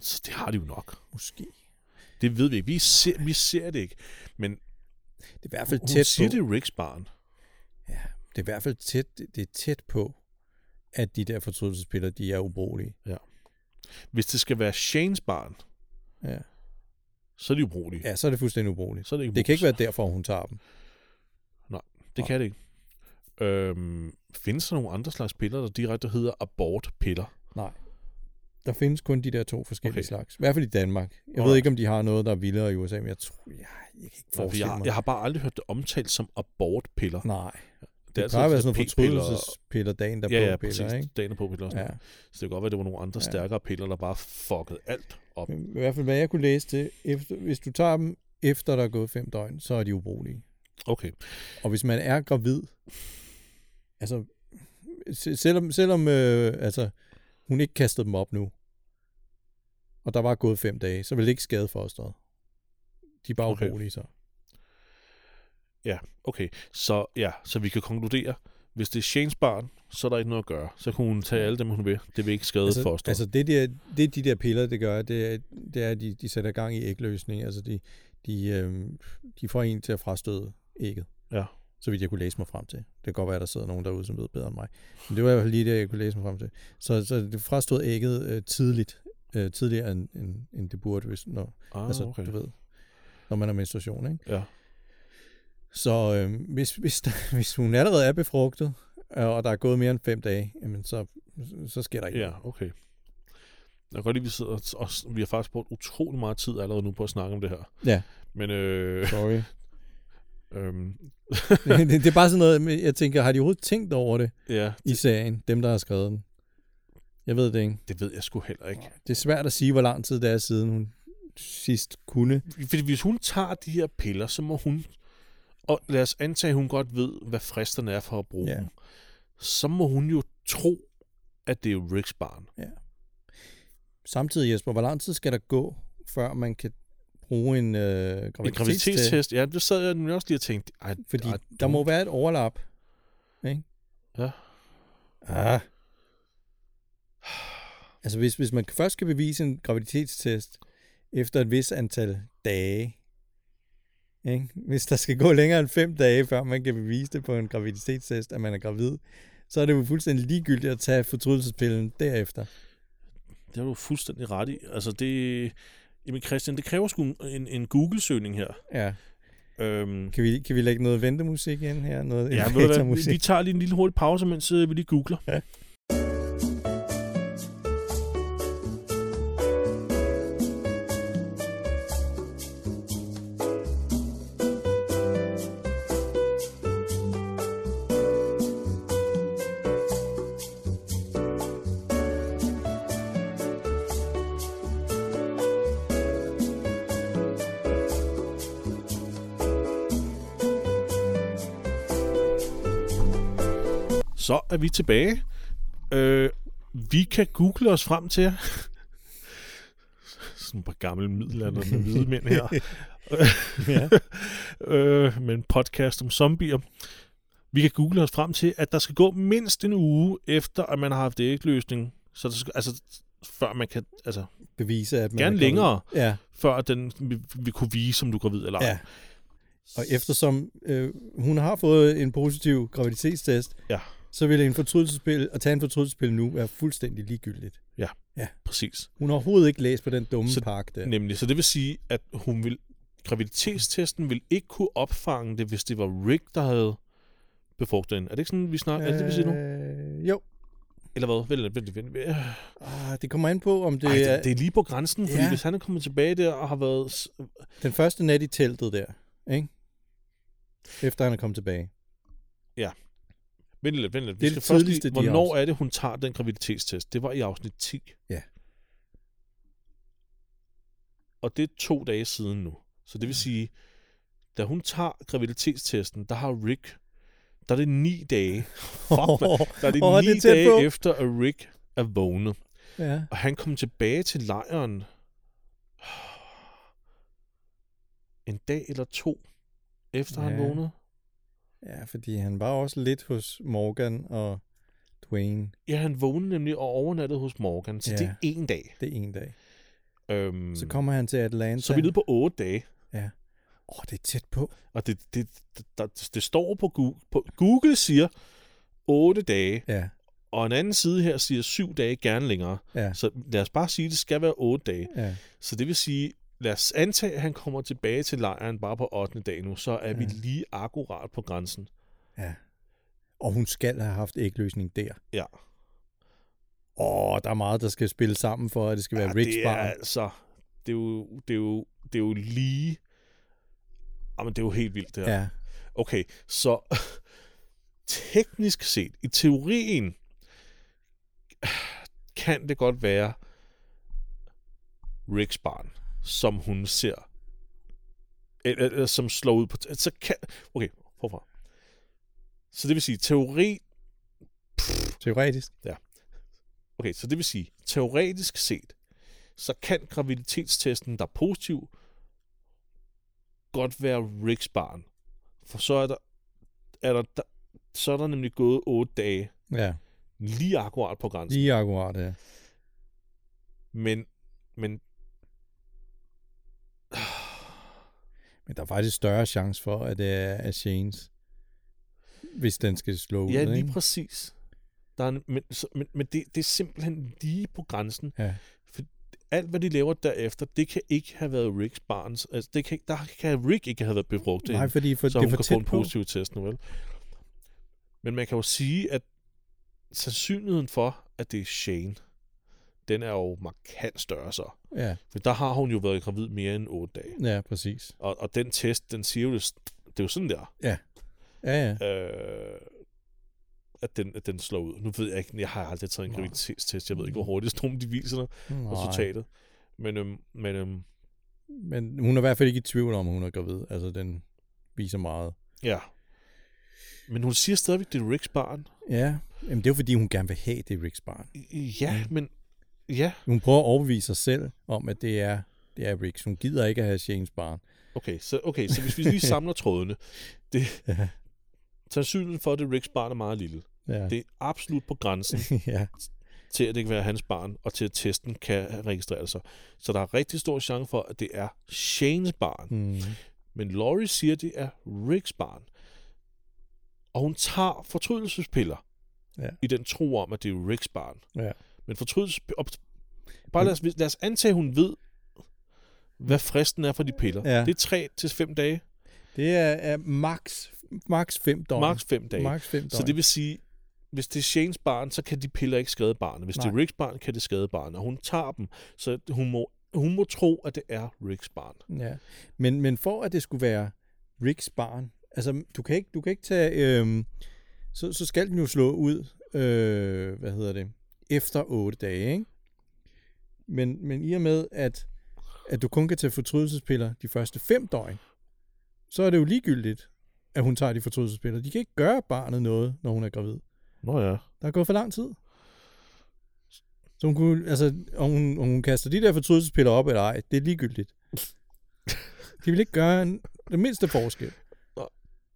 så det har de jo nok.
Måske.
Det ved vi ikke. Vi ser, vi ser det ikke. Men
Det er i hvert
hun
fald tæt
siger,
på.
det er Ricks barn.
Det er i hvert fald tæt, det er tæt på, at de der fortrydelsespillere, de er ubrugelige.
Hvis det skal være Shanes barn,
Ja.
så er de ubrugelige.
ja, så er det fuldstændig ubrugeligt.
Så er det, ikke
Det kan
brugs.
ikke være derfor, hun tager dem.
Det kan det ikke. Øhm, findes der nogle andre slags piller, der direkte hedder abortpiller?
Nej. Der findes kun de der to forskellige okay.
Okay.
slags. I hvert fald i Danmark. Jeg ved
Alright.
ikke, om de har noget, der er vildere i USA, men jeg tror, jeg, jeg kan ikke
Nej, for
forestille
Jeg,
mig.
jeg har bare aldrig hørt det omtalt som abortpiller.
Nej.
Det,
Det, det plejer at være sådan noget
p-piller og-
fortrydelsespiller dagen, der
Ja, ja,
på
præcis.
piller, ikke?
Dagen er på piller. Ja.
Ja.
Så det kan godt være, at det var nogle andre
Ja.
stærkere piller, der bare fuckede alt op.
Men i hvert fald, hvad jeg kunne læse til, efter, hvis du tager dem efter, der er gået fem døgn, så er de ubrugelige.
Okay.
Og hvis man er gravid, altså, se- selvom, selvom øh, altså, hun ikke kastede dem op nu, og der var gået fem dage, så ville det ikke skade fosteret. De er bare okay.
Okay.
ubrugelige så.
Okay, så ja, så vi kan konkludere, Hvis det er Shanes barn, så er der ikke noget at gøre. Så kunne hun tage alle dem, hun vil. Det vil ikke skade
altså,
altså, foster. Altså,
Altså det, der, det de der piller, det gør, det er, det er at de, de sætter gang i ægløsning. Altså de, de, øh, de får en til at frastøde ægget.
Ja.
Så vidt jeg kunne læse mig frem til. Det kan godt være, at der sidder nogen derude, som ved bedre end mig. Men det var i hvert fald lige det, jeg kunne læse mig frem til. Så, så det frastod ægget øh, tidligt. Øh, tidligere end, end, end det burde, hvis, når,
ah,
altså,
okay.
du ved, når man har menstruation. Ikke?
Ja.
Så øh, hvis, hvis, der, hvis hun allerede er befrugtet, øh, og der er gået mere end fem dage, jamen så, så sker der ikke
Ja, okay. Jeg kan godt lide, at vi sidder og, og vi har faktisk brugt utrolig meget tid allerede nu på at snakke om det her.
Ja.
Men øh,
Sorry.
øh,
det, det er bare sådan noget, men jeg tænker, har de overhovedet tænkt over det
ja,
i serien, dem der har skrevet den? Jeg ved det ikke.
det ved jeg sgu heller ikke.
Det er svært at sige, hvor lang tid det er siden hun sidst kunne.
Fordi hvis hun tager de her piller, så må hun... Og lad os antage, at hun godt ved, hvad fristerne er for at bruge
Ja.
yeah. dem. Så må hun jo tro, at det er Ricks barn.
Samtidig Jesper, hvor lang tid skal der gå, før man kan bruge en øh,
En
graviditetstest?
graviditetstest. Ja, det sad jeg nemlig også lige og tænkte. Ej,
Fordi
ej,
der
du-
må være et overlap. Ikke?
Ah, Ja.
Ah. Altså hvis, hvis man først skal bevise en graviditetstest efter et vis antal dage, ikke? hvis der skal gå længere end fem dage, før man kan bevise det på en graviditetstest, at man er gravid, så er det jo fuldstændig ligegyldigt at tage fortrydelsespillen derefter.
Det har du fuldstændig ret i. Altså, det... Jamen Christian, det kræver sgu en, en Google-søgning her.
Ja.
Øhm,
Kan vi, kan vi lægge noget ventemusik ind her? Noget
ja, ved du hvad, vi, vi tager lige en lille hurtig pause, mens øh, vi lige googler. Så er vi tilbage. Øh, vi kan google os frem til jer. Sådan et par gamle middelalderne hvide mænd her.
ja.
øh, med en podcast om zombier. Vi kan google os frem til, at der skal gå mindst en uge efter, at man har haft ægløsning. Så der skal, altså, før man kan, altså,
Bevise, at man er
gerne
gravid.
længere,
Ja,
før at den vi, vi kunne vise, som du går ved eller ej.
ja. Og eftersom øh, hun har fået en positiv graviditetstest,
Ja.
så ville en fortrydelsespil, at tage en fortrydelsespil nu være fuldstændig ligegyldigt.
Præcis.
Hun har overhovedet ikke læst på den dumme
Så-
så, park der.
Nemlig, så det vil sige, at hun vil, graviditetstesten vil ikke kunne opfange det, hvis det var Rick, der havde befrugtet hende. Er det ikke sådan, vi snakker? Øh... Er det det, vi siger nu?
Øh, jo.
Eller hvad? Vent, vent, vent, vent. Øh,
Ah, det kommer an på, om det,
Ej,
er
det, det er lige på grænsen, fordi ja.
Ja.
hvis han er kommet tilbage der og har været... s-
den første nat i teltet der. Ikke? Efter han er kommet tilbage.
Vent lidt, vent lidt.
Det
Vi
er
skal
det
først
tidligste,
lige,
de har
hvornår er det, hun tager den graviditetstest? Det var i afsnit 10.
Ja.
Og det er to dage siden nu. Så det vil sige, da hun tager graviditetstesten, der har Rick... Der er det ni dage. Fuck, mand. Der er det
Åh,
oh,
det er
ni
tæt
dage
på.
efter, at Rick er vågnet.
ja.
Og han kom tilbage til lejren en dag eller to efter ja. han
Ja.
vågnede.
ja, fordi han var også lidt hos Morgan og Dwayne.
Ja, han vågnede nemlig og overnattede hos Morgan, så ja.
Ja.
det er en dag.
Det er en dag.
Øhm,
Så kommer han til Atlanta.
så er vi nede på otte dage,
Åh, oh, det er tæt på.
og det, det, det, der, det står på Google, på Google siger otte dage,
Ja,
og en anden side her siger syv dage, gerne længere.
ja,
Så lad os bare sige, at det skal være otte dage.
ja.
Så det vil sige, lad os antage, at han kommer tilbage til lejren bare på 8. dag nu, så er ja. vi
Ja.
lige akkurat på grænsen.
Ja. Og hun skal have haft ægløsning der.
Ja.
Åh, der er meget, der skal spille sammen for, at det skal være ja,
det
Ricks
er
barn.
altså, det er jo, det er jo, det er jo lige... Jamen, det er jo helt vildt, det her. Ja.
Ja.
Okay, så teknisk set, i teorien, kan det godt være Ricks barn, som hun ser, eller, eller som slår ud på... Så kan, okay, forfra. Så det vil sige, teori...
Teoretisk.
Okay, så det vil sige, teoretisk set, så kan graviditetstesten, der er positiv, godt være Ricks barn. For så er der, er der, der så er der nemlig gået otte dage
Ja,
lige akkurat på grænsen.
lige akkurat, ja.
Men, men
Men der er faktisk større chance for, at det er at Shanes, hvis den skal slå
ja,
ud,
lige
ikke?
præcis. Der er, en- men så, men, men det, det er simpelthen lige på grænsen.
Ja.
Alt, hvad de laver derefter, det kan ikke have været Ricks barns. Altså, det kan, ikke- der kan Rick ikke have været befrugtet.
Nej, fordi for,
så
det er
hun
for
kan få
tæt
en
på.
positiv test nu, vel? Men man kan jo sige, at sandsynligheden for, at det er Shane, den er jo markant større så.
Ja,
For der har hun jo været gravid mere end 8 dage.
ja, præcis.
Og, og den test, den siger jo, det, det er jo sådan der,
Ja, ja.
øh, at, den, at den slår ud. Nu ved jeg ikke, jeg har aldrig taget en
Nej.
graviditetstest, jeg ved ikke, hvor hurtigt nogen de viser dig
Mm. Nej.
resultatet. Men, øhm, men øhm,
Men hun er i hvert fald ikke i tvivl om, at hun er gravid. Altså, den viser meget.
ja. Men hun siger stadigvæk, det er Ricks barn.
Ja, Jamen, det er jo fordi, hun gerne vil have det Ricks barn.
Ja,
Mm.
men... Ja,
Hun prøver at overbevise sig selv om, at det er, det er Ricks. Hun gider ikke at have Shanes barn.
Okay, så, okay, så hvis vi lige samler trådene. Det,
Ja.
sandsynligheden for, at det er Ricks barn er meget lille.
Ja.
Det er absolut på grænsen
ja.
til, at det kan være hans barn, og til, at testen kan registrere sig. Så der er rigtig stor chance for, at det er Shanes barn.
Mm.
Men Laurie siger, at det er Ricks barn. Og hun tager fortrydelsespiller
Ja.
i den tro om, at det er Ricks barn.
Ja.
Men fortrydelsespiller... Bare lad os, lad os antage, at hun ved, hvad fristen er for de piller.
Ja.
Det er 3-5 dage.
Det er, er max, max fem døgn.
Max 5 dage.
Max fem døgn.
Så det vil sige, hvis det er Shanes barn, så kan de piller ikke skade barnet. Hvis Nej. det er
Nej.
Ricks barn, kan det skade barnet. Og hun tager dem, så hun må, hun må tro, at det er Ricks barn.
Ja. Men, men for at det skulle være Ricks barn, altså du kan ikke, du kan ikke tage, øhm, så, så skal den jo slå ud, øh, hvad hedder det, efter 8 dage, ikke? Men, men i og med, at, at du kun kan tage fortrydelsespiller de første 5 døgn, så er det jo ligegyldigt, at hun tager de fortrydelsespiller. De kan ikke gøre barnet noget, når hun er gravid.
Nå ja.
Der er gået for lang tid. Så hun kunne, altså, om hun, om hun kaster de der fortrydelsespiller op eller ej, det er ligegyldigt. De vil ikke gøre en, den mindste forskel.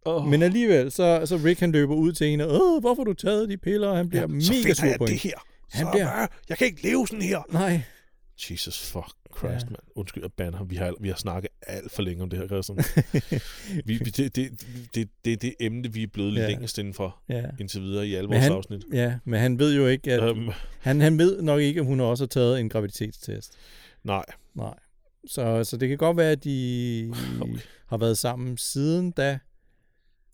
Oh,
Men alligevel, så, så Rick han løber ud til hende, og, Åh, hvorfor har du taget de piller? Og han bliver ja, mega sur på
det
hende.
her.
Han
så,
bliver-
bliver... Jeg kan ikke leve sådan her.
Nej,
Jesus fuck Christ,
Ja.
ja. mand. Undskyld, jeg bander ham. Vi har, vi har snakket alt for længe om det her, Christian. vi, vi, det, det, det, det er det emne, vi er blevet
Ja.
ja. længst indenfor
ja.
indtil videre i alle
Men
vores
han-
han... afsnit.
Ja, men han ved jo ikke, at,
Øhm,
han, han ved nok ikke, at hun også har taget en graviditetstest.
nej,
Nej. Så, så det kan godt være, at de
Okay.
har været sammen siden da,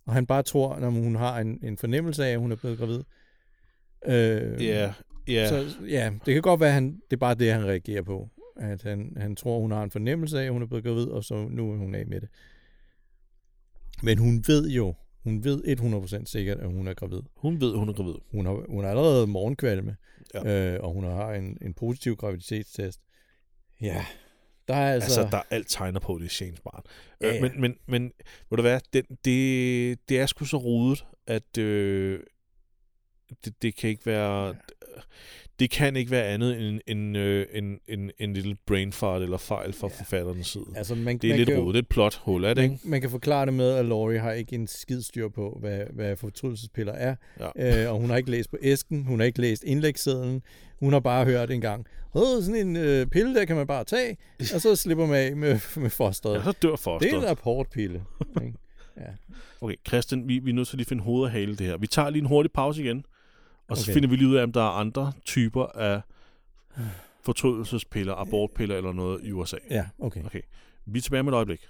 og han bare tror, når hun har en, en fornemmelse af, at hun er blevet gravid. Øh,
ja, ja.
Så, ja, det kan godt være, at han, det er bare det, han reagerer på. At han, han tror, hun har en fornemmelse af, at hun er blevet gravid, og så nu er hun af med det. Men hun ved jo, hun ved 100% sikkert, at hun er gravid.
Hun ved, hun er gravid.
Hun har, hun har allerede morgenkvalme,
Ja.
øh, og hun har en, en positiv graviditetstest. Ja, der er altså...
Altså, altså der er alt tegner på, at det er Shanes barn.
Ja,
Ja,
ja.
ja. Men, men, men må det være, det, det, det er sgu så rodet, at øh, det, det kan ikke være...
Ja.
Det kan ikke være andet end en, øh, en, en, en lille brain fart eller fejl fra
Ja.
ja. forfatterens side.
altså man,
Det er
man
lidt
kan jo- Mm.
rodet. Det er et plot hul, er det ikke?
Man, man kan forklare det med, at Laurie har ikke en skid styr på, hvad, hvad fortrydelsespiller er.
Ja.
Øh, og hun har ikke læst på æsken, hun har ikke læst indlægssedlen. Hun har bare hørt en gang, Åh, sådan en øh, pille der kan man bare tage, og så slipper man af med, med fosteret.
Ja, så dør
Det er
fosteret.
en rapportpille. ikke?
Okay, Christian, vi, vi er nødt til lige at finde hoved og hale det her. Vi tager lige en hurtig pause igen, og så
Okay.
okay. finder vi lige ud af, om der er andre typer af fortrydelsespiller, abortpiller eller noget i USA.
Ja, okay.
Okay. Vi er tilbage med et øjeblik.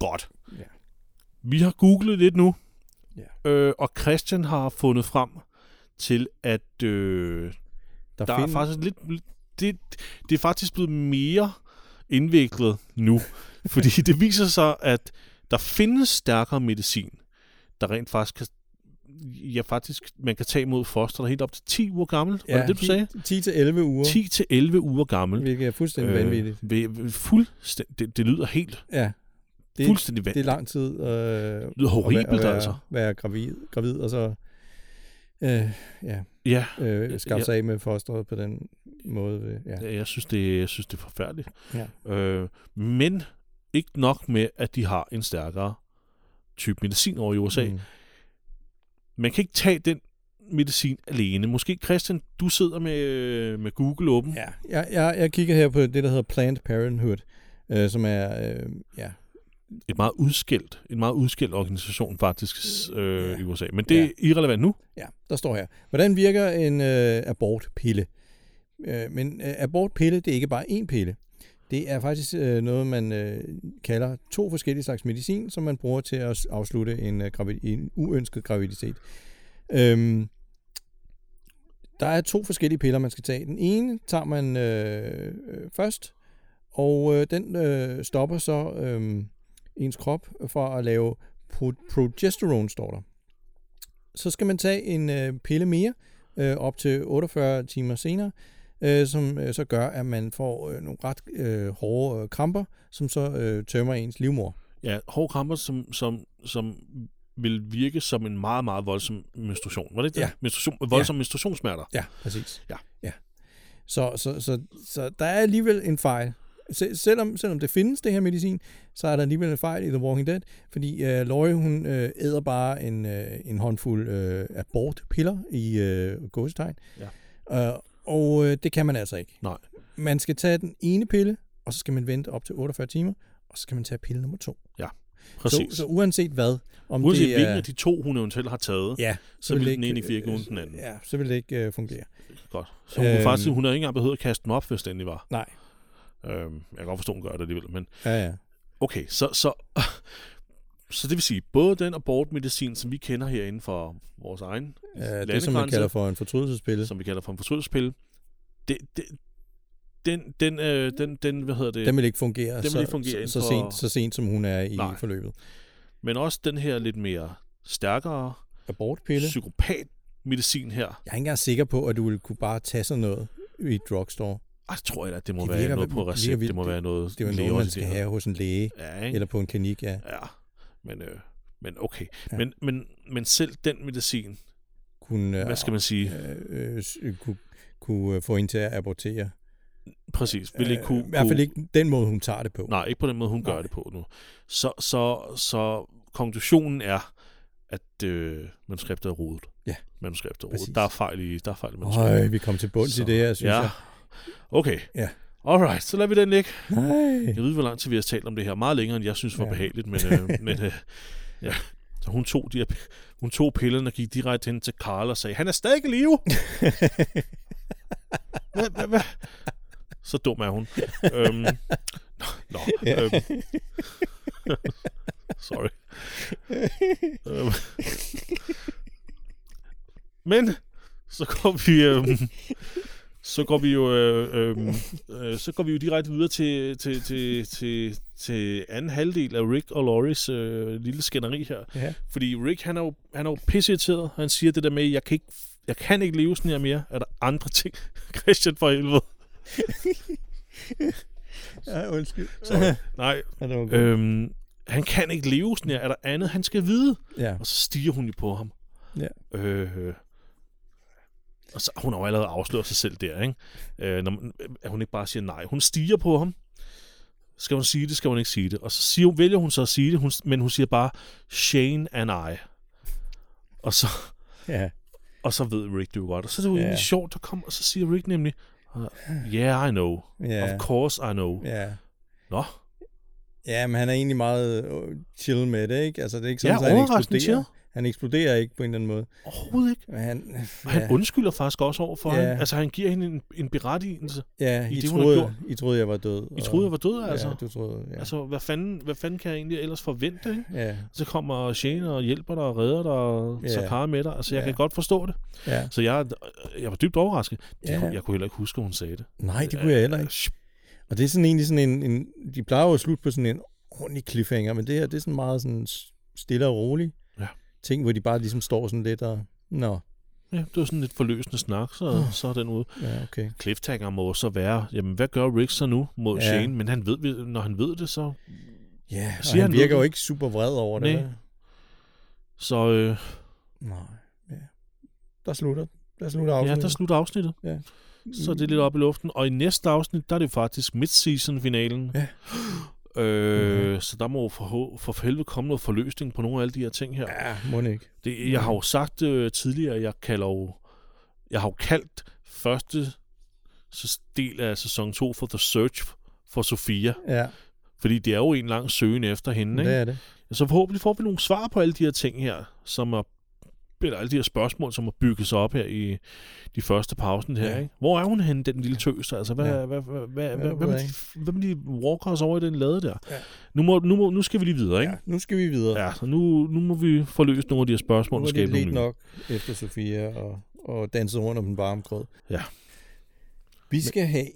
Godt.
Ja.
Vi har googlet lidt nu,
Ja.
øh, og Christian har fundet frem til, at øh,
Der,
der
findes-
er faktisk lidt... lidt- Det, det er faktisk blevet mere indviklet nu, fordi det viser sig, at der findes stærkere medicin, der rent faktisk kan ja, faktisk, man kan tage imod foster, der er helt op til 10 uger gammel. Ja, var
Ja,
det det, du sagde?
10 til 11 uger,
10 til 11 uger gammel.
hvilket er fuldstændig øh, vanvittigt.
ved, ved fuldstændig, det, det lyder helt
Ja,
det,
det,
fuldstændig
det er
vanvittigt.
lang tid øh, at,
Det lyder horribelt,
være,
altså.
være gravid, gravid, og så øh, ja,
Ja,
øh, skaffe
Ja.
sig af med fosteret på den måde. øh, Ja.
jeg synes, det, jeg synes, det er forfærdeligt.
Ja.
Øh, men ikke nok med, at de har en stærkere type medicin over i USA. Mm.
Mm.
Man kan ikke tage den medicin alene. Måske, Christian, du sidder med, øh, med Google åben.
Ja, jeg, jeg, jeg kigger her på det, der hedder Planned Parenthood, øh, som er, øh, ja,
Et meget udskilt, en meget udskilt organisation faktisk s- øh,
Ja.
i USA. Men det er irrelevant nu.
ja, der står her. Hvordan virker en øh, abortpille? Øh, men øh, abortpille, det er ikke bare én pille. Det er faktisk øh, noget, man øh, kalder to forskellige slags medicin, som man bruger til at s- afslutte en, øh, gravid- en uønsket graviditet. Øhm, der er to forskellige piller, man skal tage. Den ene tager man øh, øh, først, og øh, den øh, stopper så øh, ens krop for at lave pro- progesteron, står der. Så skal man tage en øh, pille mere, øh, op til 48 timer senere, øh, som øh, så gør, at man får øh, nogle ret øh, hårde øh, kramper, som så øh, tømmer ens livmor.
Ja, hårde kramper, som, som, som vil virke som en meget, meget voldsom menstruation. Var det ikke det?
Ja.
Menstruation, voldsom ja. menstruationssmerter.
Ja, præcis.
Ja.
ja. Så, så, så, så der er alligevel en fejl. Sel- selvom, selvom det findes, det her medicin, så er der alligevel en fejl i The Walking Dead, fordi øh, Laurie, hun øh, æder bare en, øh, en håndfuld øh, abortpiller i øh, gåsetegn. Ja. Øh, og øh, det kan man altså ikke.
Nej.
Man skal tage den ene pille, og så skal man vente op til 48 timer, og så skal man tage pille nummer to. Så,
Præcis.
så uanset hvad, om
Uanset
det
hvilken
er...
af de to, hun eventuelt har taget, ja,
Ja,
så vil
det
den ene ikke virke
øh,
uden den anden. Ja.
Ja, så vil det ikke øh, fungere.
Godt. Så hun, øhm,
Øhm.
faktisk, hun har ikke engang behøvet at kaste den op, hvis det endelig var.
Nej.
Øhm, jeg kan godt forstå, hun gør det alligevel. Men
Ja, ja.
okay, så, så, så det vil sige, både den abortmedicin, som vi kender herinde for vores egen,
Ja, Øh, det, som man
landegrænse.
kalder for en fortrydelsespille.
som vi kalder for en fortrydelsespille, det, det, den, den, øh, den, den, hvad hedder det,
Den vil ikke fungere,
Den vil
så,
ikke fungere inden
så, så,
for-
sent, så sent, som hun er i
Nej.
Nej. forløbet.
men også den her lidt mere stærkere
Abortpille.
psykopatmedicin her.
Jeg er ikke engang sikker på, at du ville kunne bare tage sådan noget i et drugstore.
Ej, det tror jeg da, at det må
Det
være
virker
noget
vel-
på
det virker
recept. Det må
vildt.
være noget
Det er jo noget, man skal
lægeorienteret.
have hos en læge
Ja, ikke?
eller på en klinik, ja.
Ja, men, øh, men okay. Ja.
Ja.
Men, men, men selv den medicin,
Kunne,
ja. hvad skal man sige, ja.
øh, øh, s- øh, kunne, kunne øh, få hende til at abortere.
præcis, vil ikke
Øh,
kunne...
I hvert fald
kunne-
ikke den måde, hun tager det på.
Nej, ikke på den måde, hun Nej. gør
Nej.
det på nu. Så, så, så konklusionen er, at øh, manuskriptet er rodet.
Ja.
Manuskriptet er rodet.
Præcis.
Der er fejl i, der er fejl i manuskriptet.
Øj, vi kom til bunds i
Så-
det her, synes
ja.
jeg.
Okay.
Ja.
Alright, så lader vi den ligge.
Nej.
Jeg ved, hvor lang tid vi har talt om det her. Meget længere, end jeg synes var ja.
Ja.
behageligt, men, øh, men øh, ja. Så hun tog, de her, hun tog pillerne og gik direkte hen til Karl og sagde, han er stadig i live. Hva- hva- hva? Så dum er hun. øhm, nå, nå,
Ja.
øhm. Sorry. øhm. Men så går vi... Øhm, så går vi jo øh, øhm, øh, så går vi jo direkte videre til, til, til, til, til anden halvdel af Rick og Loris øh, lille skænderi her.
ja.
Fordi Rick, han er jo, han er jo pisseirriteret. Han siger det der med, jeg kan ikke, jeg kan ikke leve sådan her mere. Er der andre ting? Christian for helvede.
ja, undskyld.
Sorry. Nej,
Ja, det var godt.
øhm, han kan ikke leve sådan her. Er der andet, han skal vide?
ja.
Og så stiger hun jo på ham.
Ja.
Øh, og så hun har jo allerede afsløret sig selv der, ikke? Øh, når man, at hun ikke bare siger nej. Hun stiger på ham. Skal hun sige det, skal hun ikke sige det. Og så siger, hun- vælger hun så at sige det, hun, men hun siger bare, Shane and I. Og så,
ja.
Og så ved Rick det jo godt. Og så er det jo
Ja.
egentlig sjovt, der kommer, og så siger Rick nemlig, "Uh, yeah, I know. Yeah.
ja.
Of course I know. Yeah.
ja.
Nå,
Ja, men han er egentlig meget øh, chill med det, ikke? Altså, det er ikke
Ja,
sådan, at han
overraskende
eksploderer. Han eksploderer ikke på en eller anden måde.
overhovedet ikke.
Men han,
Og han
ja,
undskylder faktisk også over for
Ja.
yeah. hende. Altså, han giver hende en, en berettigelse.
ja,
i
I,
det, hun har
troede,
gjort.
I troede, jeg var død.
I troede, jeg var død,
død,
altså.
Ja, du troede, ja.
Altså, hvad fanden, hvad fanden kan jeg egentlig ellers forvente, ikke?
ja,
Så kommer Shane og hjælper dig og redder dig og
Ja.
yeah. Sakara med dig. Altså, jeg
Ja.
kan godt forstå det.
ja.
Så jeg, jeg var dybt overrasket. De,
Ja.
yeah. Jeg kunne heller ikke huske, at hun sagde det.
Nej, det kunne jeg heller ikke. Og det er sådan egentlig sådan en, en... De plejer jo at slutte på sådan en ordentlig cliffhanger, men det her, det er sådan meget sådan s- stille og roligt.
Ja.
ting, hvor de bare ligesom står sådan lidt og... Nå,
Ja, det var sådan lidt forløsende snak, så,
Åh.
så er den ude.
ja, okay.
Cliffhanger må så være, jamen hvad gør Rick så nu mod
Ja.
ja. Shane? Men han ved, når han ved det, så...
Ja, og
Siger
han
han
virker
noget?
jo ikke super vred over det.
Nej.
vel?
Så øh,
Nej, ja. Der slutter den. Der slutter
ja,
afsnittet.
der slutter afsnittet. Så er det lidt op i luften. Og i næste afsnit, der er det faktisk midseason-finalen.
Ja. Mhm.
Øh, mm-hmm. Så der må jo for, for helvede komme noget forløsning på nogle af alle de her ting her.
Ja, må den ikke.
Det, jeg har jo sagt øh, tidligere, jeg kalder jo, jeg har jo kaldt første s- del af sæson 2 for The Search for Sofia,
Ja,
fordi det er jo en lang søgen efter hende.
det
Ikke?
er det.
Så forhåbentlig får vi nogle svar på alle de her ting her, som er, eller alle de her spørgsmål, som har bygget sig op her i de første pausen her.
Ja.
Ja. Ikke? Hvor er hun henne, den lille tøs? Altså, hvad,
Ja.
ja. hvad, hvad, hvad,
ved
hvad, hvad,
jeg
hvad, hvad, lige walker os over i den lade der?
Ja.
Ja. Nu, må, nu, må, nu skal vi lige videre, ikke?
Ja, nu skal vi videre.
Ja, så nu, nu må vi få løst nogle af de her spørgsmål
nu
og
er
skabe
det
nogle
lidt
nye.
nok efter Sofia og, og danset rundt om den varme grød.
Ja.
Vi skal have...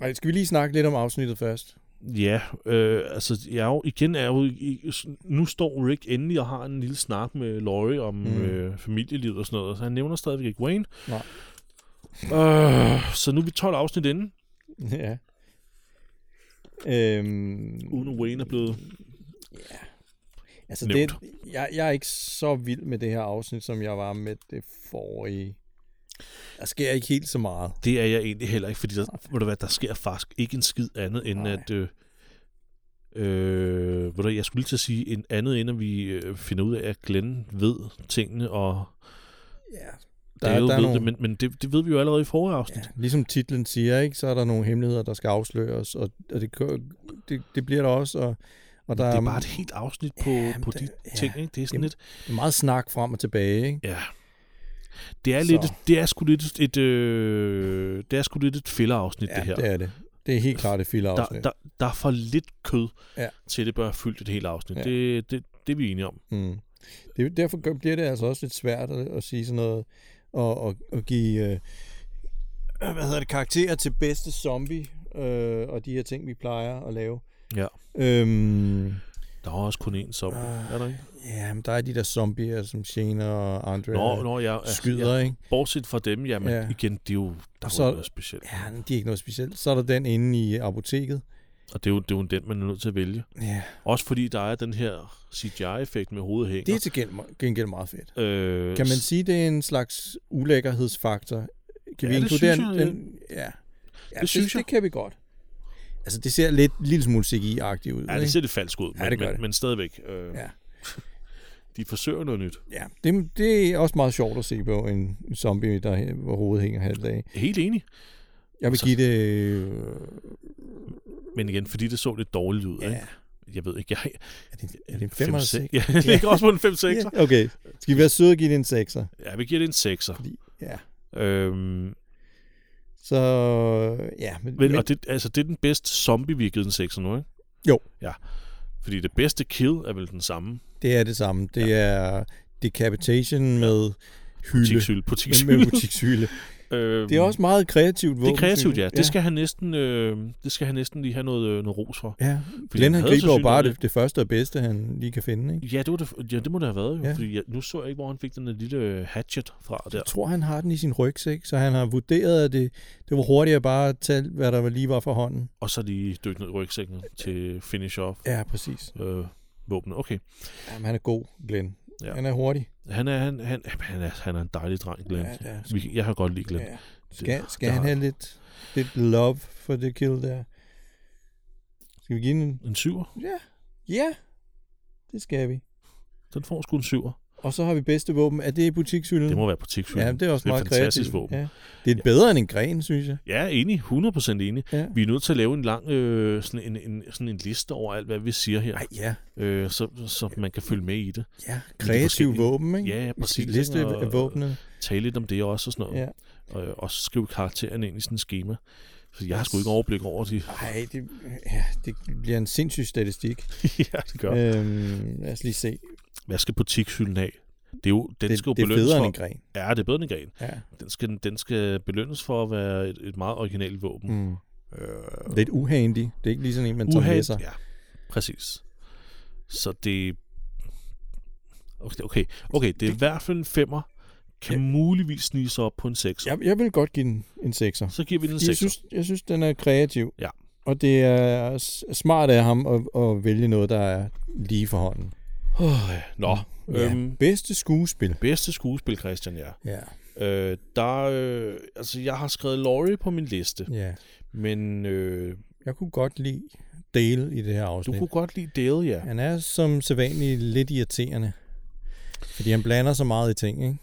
Ej, skal vi lige snakke lidt om afsnittet først?
Ja, øh, altså jeg er jo, igen er jo, i- nu står Rick endelig og har en lille snak med Laurie om
Mm.
mm. øh, familielivet og sådan noget, så han nævner stadigvæk ikke Wayne.
Nej.
Øh, så nu er vi 12 afsnit inde,
ja. Øhm,
uden at Wayne er blevet...
altså det, jeg, jeg er ikke så vild med det her afsnit, som jeg var med det forrige. Der sker ikke helt så meget.
Det er jeg egentlig heller ikke, fordi der, ved du hvad, der sker faktisk ikke en skid andet end
Nej.
Nej. at... Øh, Øh, ved du, hvad, jeg skulle lige til at sige en andet, end at vi øh, finder ud af, at Glenn ved tingene, og
Ja.
der, Dale der ved det, men, men det, det ved vi jo allerede i forrige afsnit.
Ja, ligesom titlen siger, ikke, så er der nogle hemmeligheder, der skal afsløres, og, og det, kø- det, det bliver der også. Og, og der
Det er bare et helt afsnit på,
Ja,
ja, på
men
de
Øhm, det- ja,
ja, ting, ikke? Det er sådan
det-
lidt...
meget snak frem og tilbage. Ikke?
Ja. Det er,
Så.
lidt, det er sgu lidt et, et, øh, det er sgu lidt et filler-afsnit,
Ja,
det her.
det er det. Det er helt klart et
der,
filterafsnit.
der, der er for lidt kød
Ja.
ja. til, det bør have fyldt et helt afsnit.
Ja.
Ja. Det, det, det er vi enige om.
Mm. Det, er jo- derfor gør- bliver det altså også lidt svært at, at sige sådan noget, og, og, og give øh, hvad hedder det, karakterer til bedste zombie, øh, og de her ting, vi plejer at lave.
Ja.
Øhm,
Der er også kun én zombie,
Ah,
er der ikke?
ja, men der er de der zombier, som Shane og Andre
Nå, nå jeg, altså,
skyder,
Jeg,
ikke?
bortset fra dem, jamen
Ja.
ja. igen, det er jo, der er
Så-
jo noget specielt.
Ja, men de er ikke noget specielt. Så er der den inde i apoteket.
Og det er, jo, det er jo den, man er nødt til at vælge.
Ja,
Også fordi der er den her CGI-effekt med hovedhænger.
det er til gen- gengæld meget fedt.
øh,
Kan man sige, det er en slags ulækkerhedsfaktor? Kan vi
Ja, det
inkludere
synes
den?
jeg,
den? Ja, ja det,
synes
det,
jeg.
det kan vi godt. Altså, det ser lidt en lille smule CGI-agtigt ud.
Ja,
ikke?
det ser lidt falsk ud,
Ja,
men,
det gør det.
men, men stadigvæk. Øh,
Ja.
ja. de forsøger noget nyt.
ja det, det er også meget sjovt at se på en en zombie, der, hvor hovedet hænger halvt af.
Helt enig.
Jeg vil
Så-
give det... Øh,
Men igen, fordi det så lidt dårligt ud. Ikke?
ja,
Jeg ved ikke, jeg...
er det, er det en 5
fem-
eller
seks-
6?
Ja, det ligger også på en 5 6
Ja, okay, skal vi være søde og give det en 6'er?
Ja, vi giver det en 6'er.
Fordi, ja.
Øhm,
Så ja, men,
men, og det, altså, det er den bedste zombie, vi har givet en 6'er nu, ikke?
Jo.
Ja. Fordi det bedste kill er vel den samme.
Det er det samme. Det ja. er decapitation med hylde.
Butikshylde.
Med,
Butikshylde.
med butikshylde.
øhm,
Det er også meget kreativt
det
våben.
er kreativt, ja. Det skal han næsten, øh, det skal han næsten lige have noget, øh, noget ros for.
Ja,
Fordi
Glenn
han
han
havde
griber jo bare
sandsynligvis-
det, det første og bedste, han lige kan finde. Ikke?
Ja, det, var det, ja, det må det have været jo.
Ja.
Ja. Fordi jeg, nu så jeg ikke, hvor han fik den der lille øh, hatchet fra der.
Jeg tror, han har den i sin rygsæk, så han har vurderet, at det, det var hurtigere bare at tage, hvad der lige var for hånden.
Og så lige dykke ned i rygsækken til finish off
Ja, præcis.
øh, våbnet. Okay.
Jamen, han er god, Glenn. Ja.
Ja.
Han er hurtig.
Han er, han, han, jamen, han, er, han er en dejlig dreng, Glenn.
Ja,
Ja,
det er
Vi, jeg har godt lide Glenn. Ja.
Ja. Skal, skal
det
han
har-
have lidt, lidt love for det kill der? Skal vi give den en...
En syver.
Ja. Ja, det skal vi.
Den får sgu en syver.
Og så har vi bedste våben. Er det i butikshylden?
Det må være butikshylden.
ja, det er også
det er
meget
et fantastisk
kreativt.
våben.
Ja. Det er bedre end en gren, synes jeg.
Ja, enig. 100% enig.
Ja.
Vi er nødt til at lave en lang øh, sådan en, en, sådan en liste over alt, hvad vi siger her,
Ej, ja.
øh, så, så man kan følge med i det.
ja. Kreativ
forskellige-
våben, ikke?
Ja, ja,
Vi skal
præcis,
Liste
ikke? Og-
af våbnene.
Tale lidt om det også og sådan noget.
Ja.
Og, Øh, og så skrive karaktererne ind i sådan et schema. Så jeg har sgu
Yes.
ikke overblik over de...
Ej, det, ja, det bliver en sindssyg statistik.
ja, det gør.
Øhm, lad os lige se.
Hvad skal butikshylden af? Det er jo, den
Det,
skal jo
det er
belønnes
bedre
for...
end en gren.
Ja, det er bedre end en gren.
Ja.
Den skal, den skal belønnes for at være et, et meget originalt våben.
Mm.
Øh,
Lidt uhandy. Det er ikke lige sådan en, man tager med sig.
Ja, præcis. Så det... Okay, okay, okay det er i hvert fald en femmer. Kan muligvis snige sig op på en sekser.
Jeg, jeg vil godt give den en 6'er.
Så giver vi den en
Jeg
sekser.
synes, jeg synes, den er kreativ.
Ja.
Og det er s- smart af ham at, at vælge noget, der er lige for hånden.
Nå,
Ja.
øhm,
Bedste skuespil.
bedste skuespil, Christian, ja.
Ja.
Øh, der, øh, altså, jeg har skrevet Laurie på min liste,
ja.
men øh,
Jeg kunne godt lide Dale i det her
du
afsnit.
kunne godt lide Dale, ja.
Han er som sædvanligt lidt irriterende. Fordi han blander så meget i ting, ikke?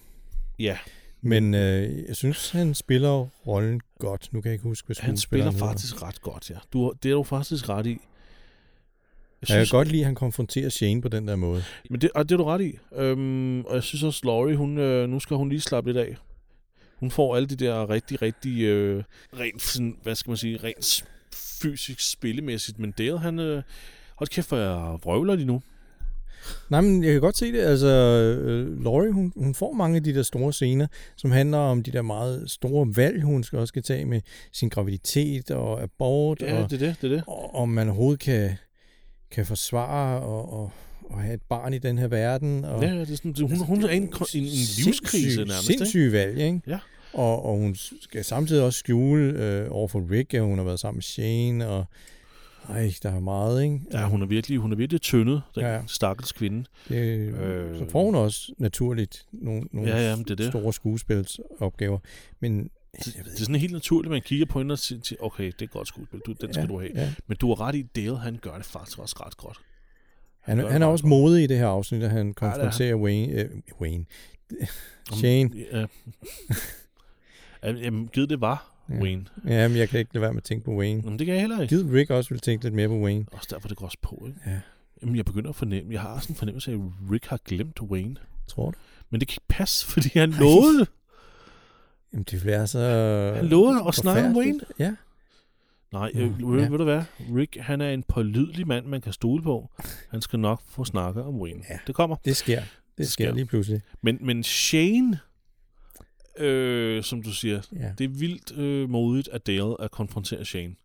Ja,
Men øh, jeg synes, han spiller rollen godt. Nu kan jeg ikke huske, hvad
han spiller
skuespilleren hedder.
faktisk ret godt, ja. Du, har- det er du faktisk ret i. Jeg
Ja, Jeg kan godt lide, at han konfronterer Shane på den der måde.
Men det, og det er du ret i. Øhm, og jeg synes også, Laurie, hun, øh, nu skal hun lige slappe lidt af. Hun får alle de der rigtig, rigtig, øh, rent, sådan, hvad skal man sige, rent s- fysisk spillemæssigt. Men Dale, han, øh, hold kæft, hvor jeg vrøvler lige nu.
Nej, men jeg kan godt se det. Altså, øh, Laurie, hun, hun får mange af de der store scener, som handler om de der meget store valg, hun skal også skal tage med sin graviditet og abort,
Ja,
og,
det er det, det er det.
og om man overhovedet kan, kan forsvare og, og, og have et barn i den her verden. Og,
Ja, ja, det er sådan, det- hun, hun er i en, ko- en, en livskrise
Sindssyg-
nærmest, ikke?
Sindssyge valg, ikke?
Ja.
Og, og hun skal samtidig også skjule øh, over for Rick, at hun har været sammen med Shane, og ej, der er meget, ikke?
Ja, hun er virkelig, hun er virkelig tyndet, den
Ja.
ja. stakkels kvinde.
Det, øh,
Øh.
så får hun også naturligt nogle, nogle
Ja, ja, men det er det.
store skuespilsopgaver. Men
Det, det er sådan helt naturligt, at man kigger på hende og siger, til, okay, det er et godt skuespil, du, den skal
ja,
ja. du have.
Ja.
Men du har ret i, Dale, han gør det faktisk også ret godt.
Han,
gør det
han er
meget
også
godt.
modig i det her afsnit, at han
er han.
konfronterer ja, Wayne. Øh, Wayne. Shane.
Ja. Jamen, Jamen, givet det var
Ja.
ja. Wayne.
Jamen, jeg kan ikke lade være med at tænke på Wayne.
Jamen, det kan jeg heller ikke.
Gid Rick også ville tænke lidt mere på Wayne.
Også derfor, det går også på, ikke?
Ja.
Jamen, jeg begynder at fornemme, jeg har sådan en fornemmelse af, at Rick har glemt Wayne.
Tror du?
Men det kan ikke passe, fordi han lovede,
Jamen, det bliver så...
han lovede at snakke om Wayne.
forfærdeligt. Ja.
Nej,
Nå,
øh, ved,
ja.
ja. ved du hvad? Rick, han er en pålidelig mand, man kan stole på. Han skal nok få snakket om Wayne.
Ja.
Ja. Det kommer.
Det sker. Det
Det
sker
sker.
lige pludselig.
Men, men Shane, øh, som du siger,
Ja.
det er vildt øh, modigt af Dale at konfrontere Shane.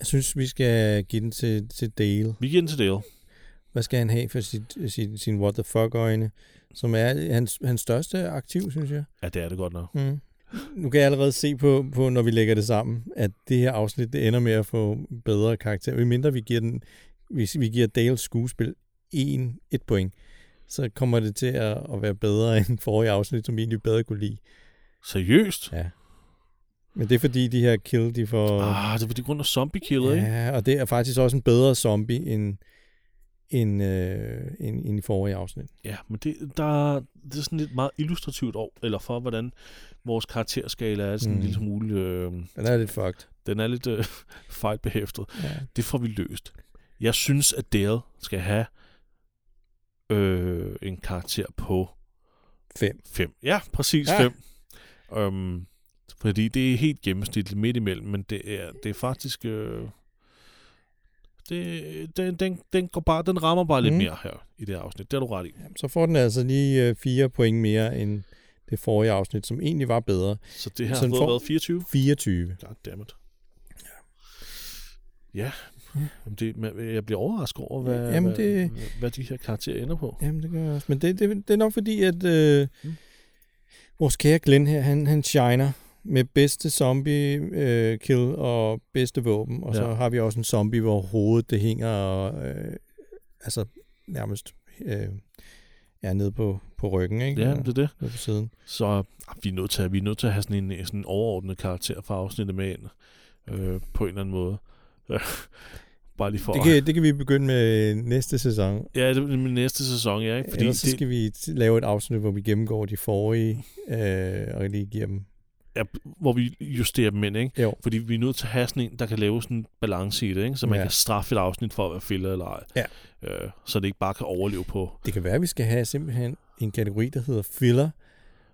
Jeg synes, vi skal give den til, til Dale.
Vi giver den til Dale.
Hvad skal han have for sit, sit, sin what the fuck-øjne, som er hans, hans største aktiv, synes jeg.
Ja, det er det godt nok.
Mm. Nu kan jeg allerede se på, på, når vi lægger det sammen, at det her afsnit det ender med at få bedre karakter. Hvis mindre vi giver, den, hvis vi giver Dales skuespil en, et point, så kommer det til at, at være bedre end forrige afsnit, som vi egentlig bedre kunne lide.
Seriøst?
Ja. Men det er fordi, de her kill, de får...
Ah, det var på grund af zombie killet, ikke?
ja, og det er faktisk også en bedre zombie end, end, øh, end, end i forrige afsnit.
Ja, men det, der, det er sådan et meget illustrativt år, eller for hvordan vores karakterskala er sådan
Mm.
mm. en lille smule, øh,
Den er lidt fucked.
den er lidt øh, fejlbehæftet.
Ja.
Det får vi løst. Jeg synes, at Dale skal have øh, en karakter på
Fem.
5. Ja, præcis
Ja.
5. Ja. Øhm, fordi det er helt gennemsnitligt midt imellem, men det er, det er faktisk... Øh, det, den, den, den, går bare, den rammer bare lidt
Mm.
mere her i det her afsnit. Det har du ret i.
Jamen, så får den altså lige øh, fire point mere end det forrige afsnit, som egentlig var bedre.
Så det her
Så
har
den
fået
får-
været 24?
24.
Goddammit. Ja. Jamen, det, men jeg bliver overrasket over, hvad,
Jamen,
Jamen,
det-
det... hvad, hvad de her karakterer ender på.
Jamen, det gør jeg også. Men det, det, det er nok fordi, at øh,
Mm.
vores kære Glenn her, han, han shiner med bedste zombie-kill øh, kill og bedste våben. Og ja. så
Ja.
har vi også en zombie, hvor hovedet det hænger og, øh, altså nærmest øh, er nede på, på ryggen, ikke?
Ja, det er det.
Nede på siden.
Så ah, vi, er nødt til, at- vi er nødt til at have sådan en, sådan en overordnet karakter fra afsnittet med ind, øh, på en eller anden måde. Bare lige for
Det
at-
kan, det kan vi begynde med næste sæson.
Ja, det er min næste sæson, ja. Ikke?
Fordi Ellers så
det,
skal det... vi t- lave et afsnit, hvor vi gennemgår de forrige, øh, og lige giver dem.
ja, hvor vi justerer dem ind, ikke?
Jo.
Fordi vi er nødt til at have sådan en, der kan lave sådan en balance i det, ikke? Så man
Ja.
ja. kan straffe et afsnit for at være filler eller ej.
Ja.
Øh, så det ikke bare kan overleve på
Det kan være, at vi skal have simpelthen en kategori, der hedder filler,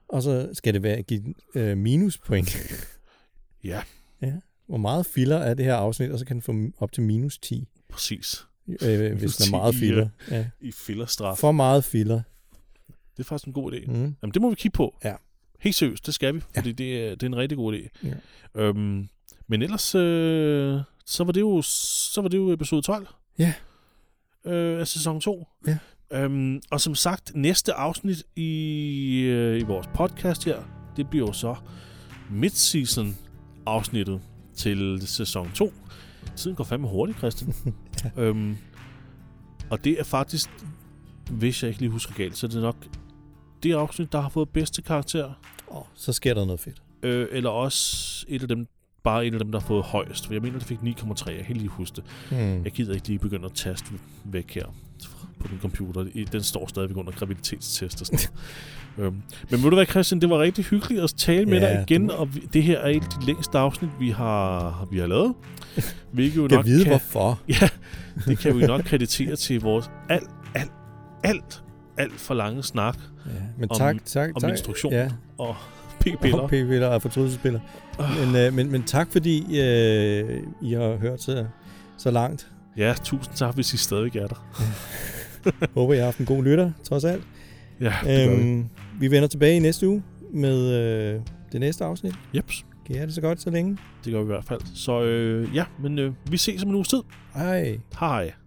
og så skal det være at give den, øh, minuspoint.
Ja.
ja. Hvor meget filler er det her afsnit, og så kan den få m- op til minus 10,
præcis
øh, hvis den er
10,
meget
ja.
filler. Ja.
i fillerstraf.
For meget filler.
Det er faktisk en god idé.
Mm.
Jamen, det må vi kigge på.
Ja.
Helt seriøst, det skal vi, fordi det, er, det er en rigtig god idé.
Ja.
Øhm, men ellers, øh, så, var det jo, så var det jo episode 12
Ja.
øh, af sæson 2.
Ja.
Øhm, og som sagt, næste afsnit i, øh, i vores podcast her, det bliver jo så midseason afsnittet til sæson 2. Tiden går fandme hurtigt, Christian. ja. øhm, og det er faktisk, hvis jeg ikke lige husker galt, så er det nok det afsnit, der har fået bedste karakter.
Oh, så sker der noget fedt.
Øh, eller også et af dem, bare et af dem, der har fået højst. For jeg mener, det fik 9,3. Jeg kan ikke lige huske det.
Hmm.
Jeg gider ikke lige begynde at taste væk her på min computer. I- Den står stadigvæk under graviditetstest og sådan noget. øhm, Men ved du hvad, Christian? Det var rigtig hyggeligt at tale med
Ja,
dig igen.
det
Og vi, det her er et af de længste afsnit, vi har, vi har lavet. Hvilket jo
Kan
nok
vide,
kan,
hvorfor.
det kan vi nok kreditere til vores alt, alt, alt, alt for lange snak
Ja, men
Om-
tak, tak,
om
tak.
instruktion.
Ja,
og
og
p-piller. Ah.
p-piller og fortrydelsespiller. Men, øh, men, men tak, fordi øh, I har hørt så, så langt.
Ja, tusind tak, hvis I stadigvæk er der.
Håber, I har haft en god lytter, trods alt.
Ja, det gør vi.
Øhm, vi vender tilbage i næste uge med øh, det næste afsnit.
Jeps,
Kan I have det så godt så længe?
det gør vi i hvert fald. Så øh, ja, men øh, vi ses om en uges tid.
Hej.
Hej.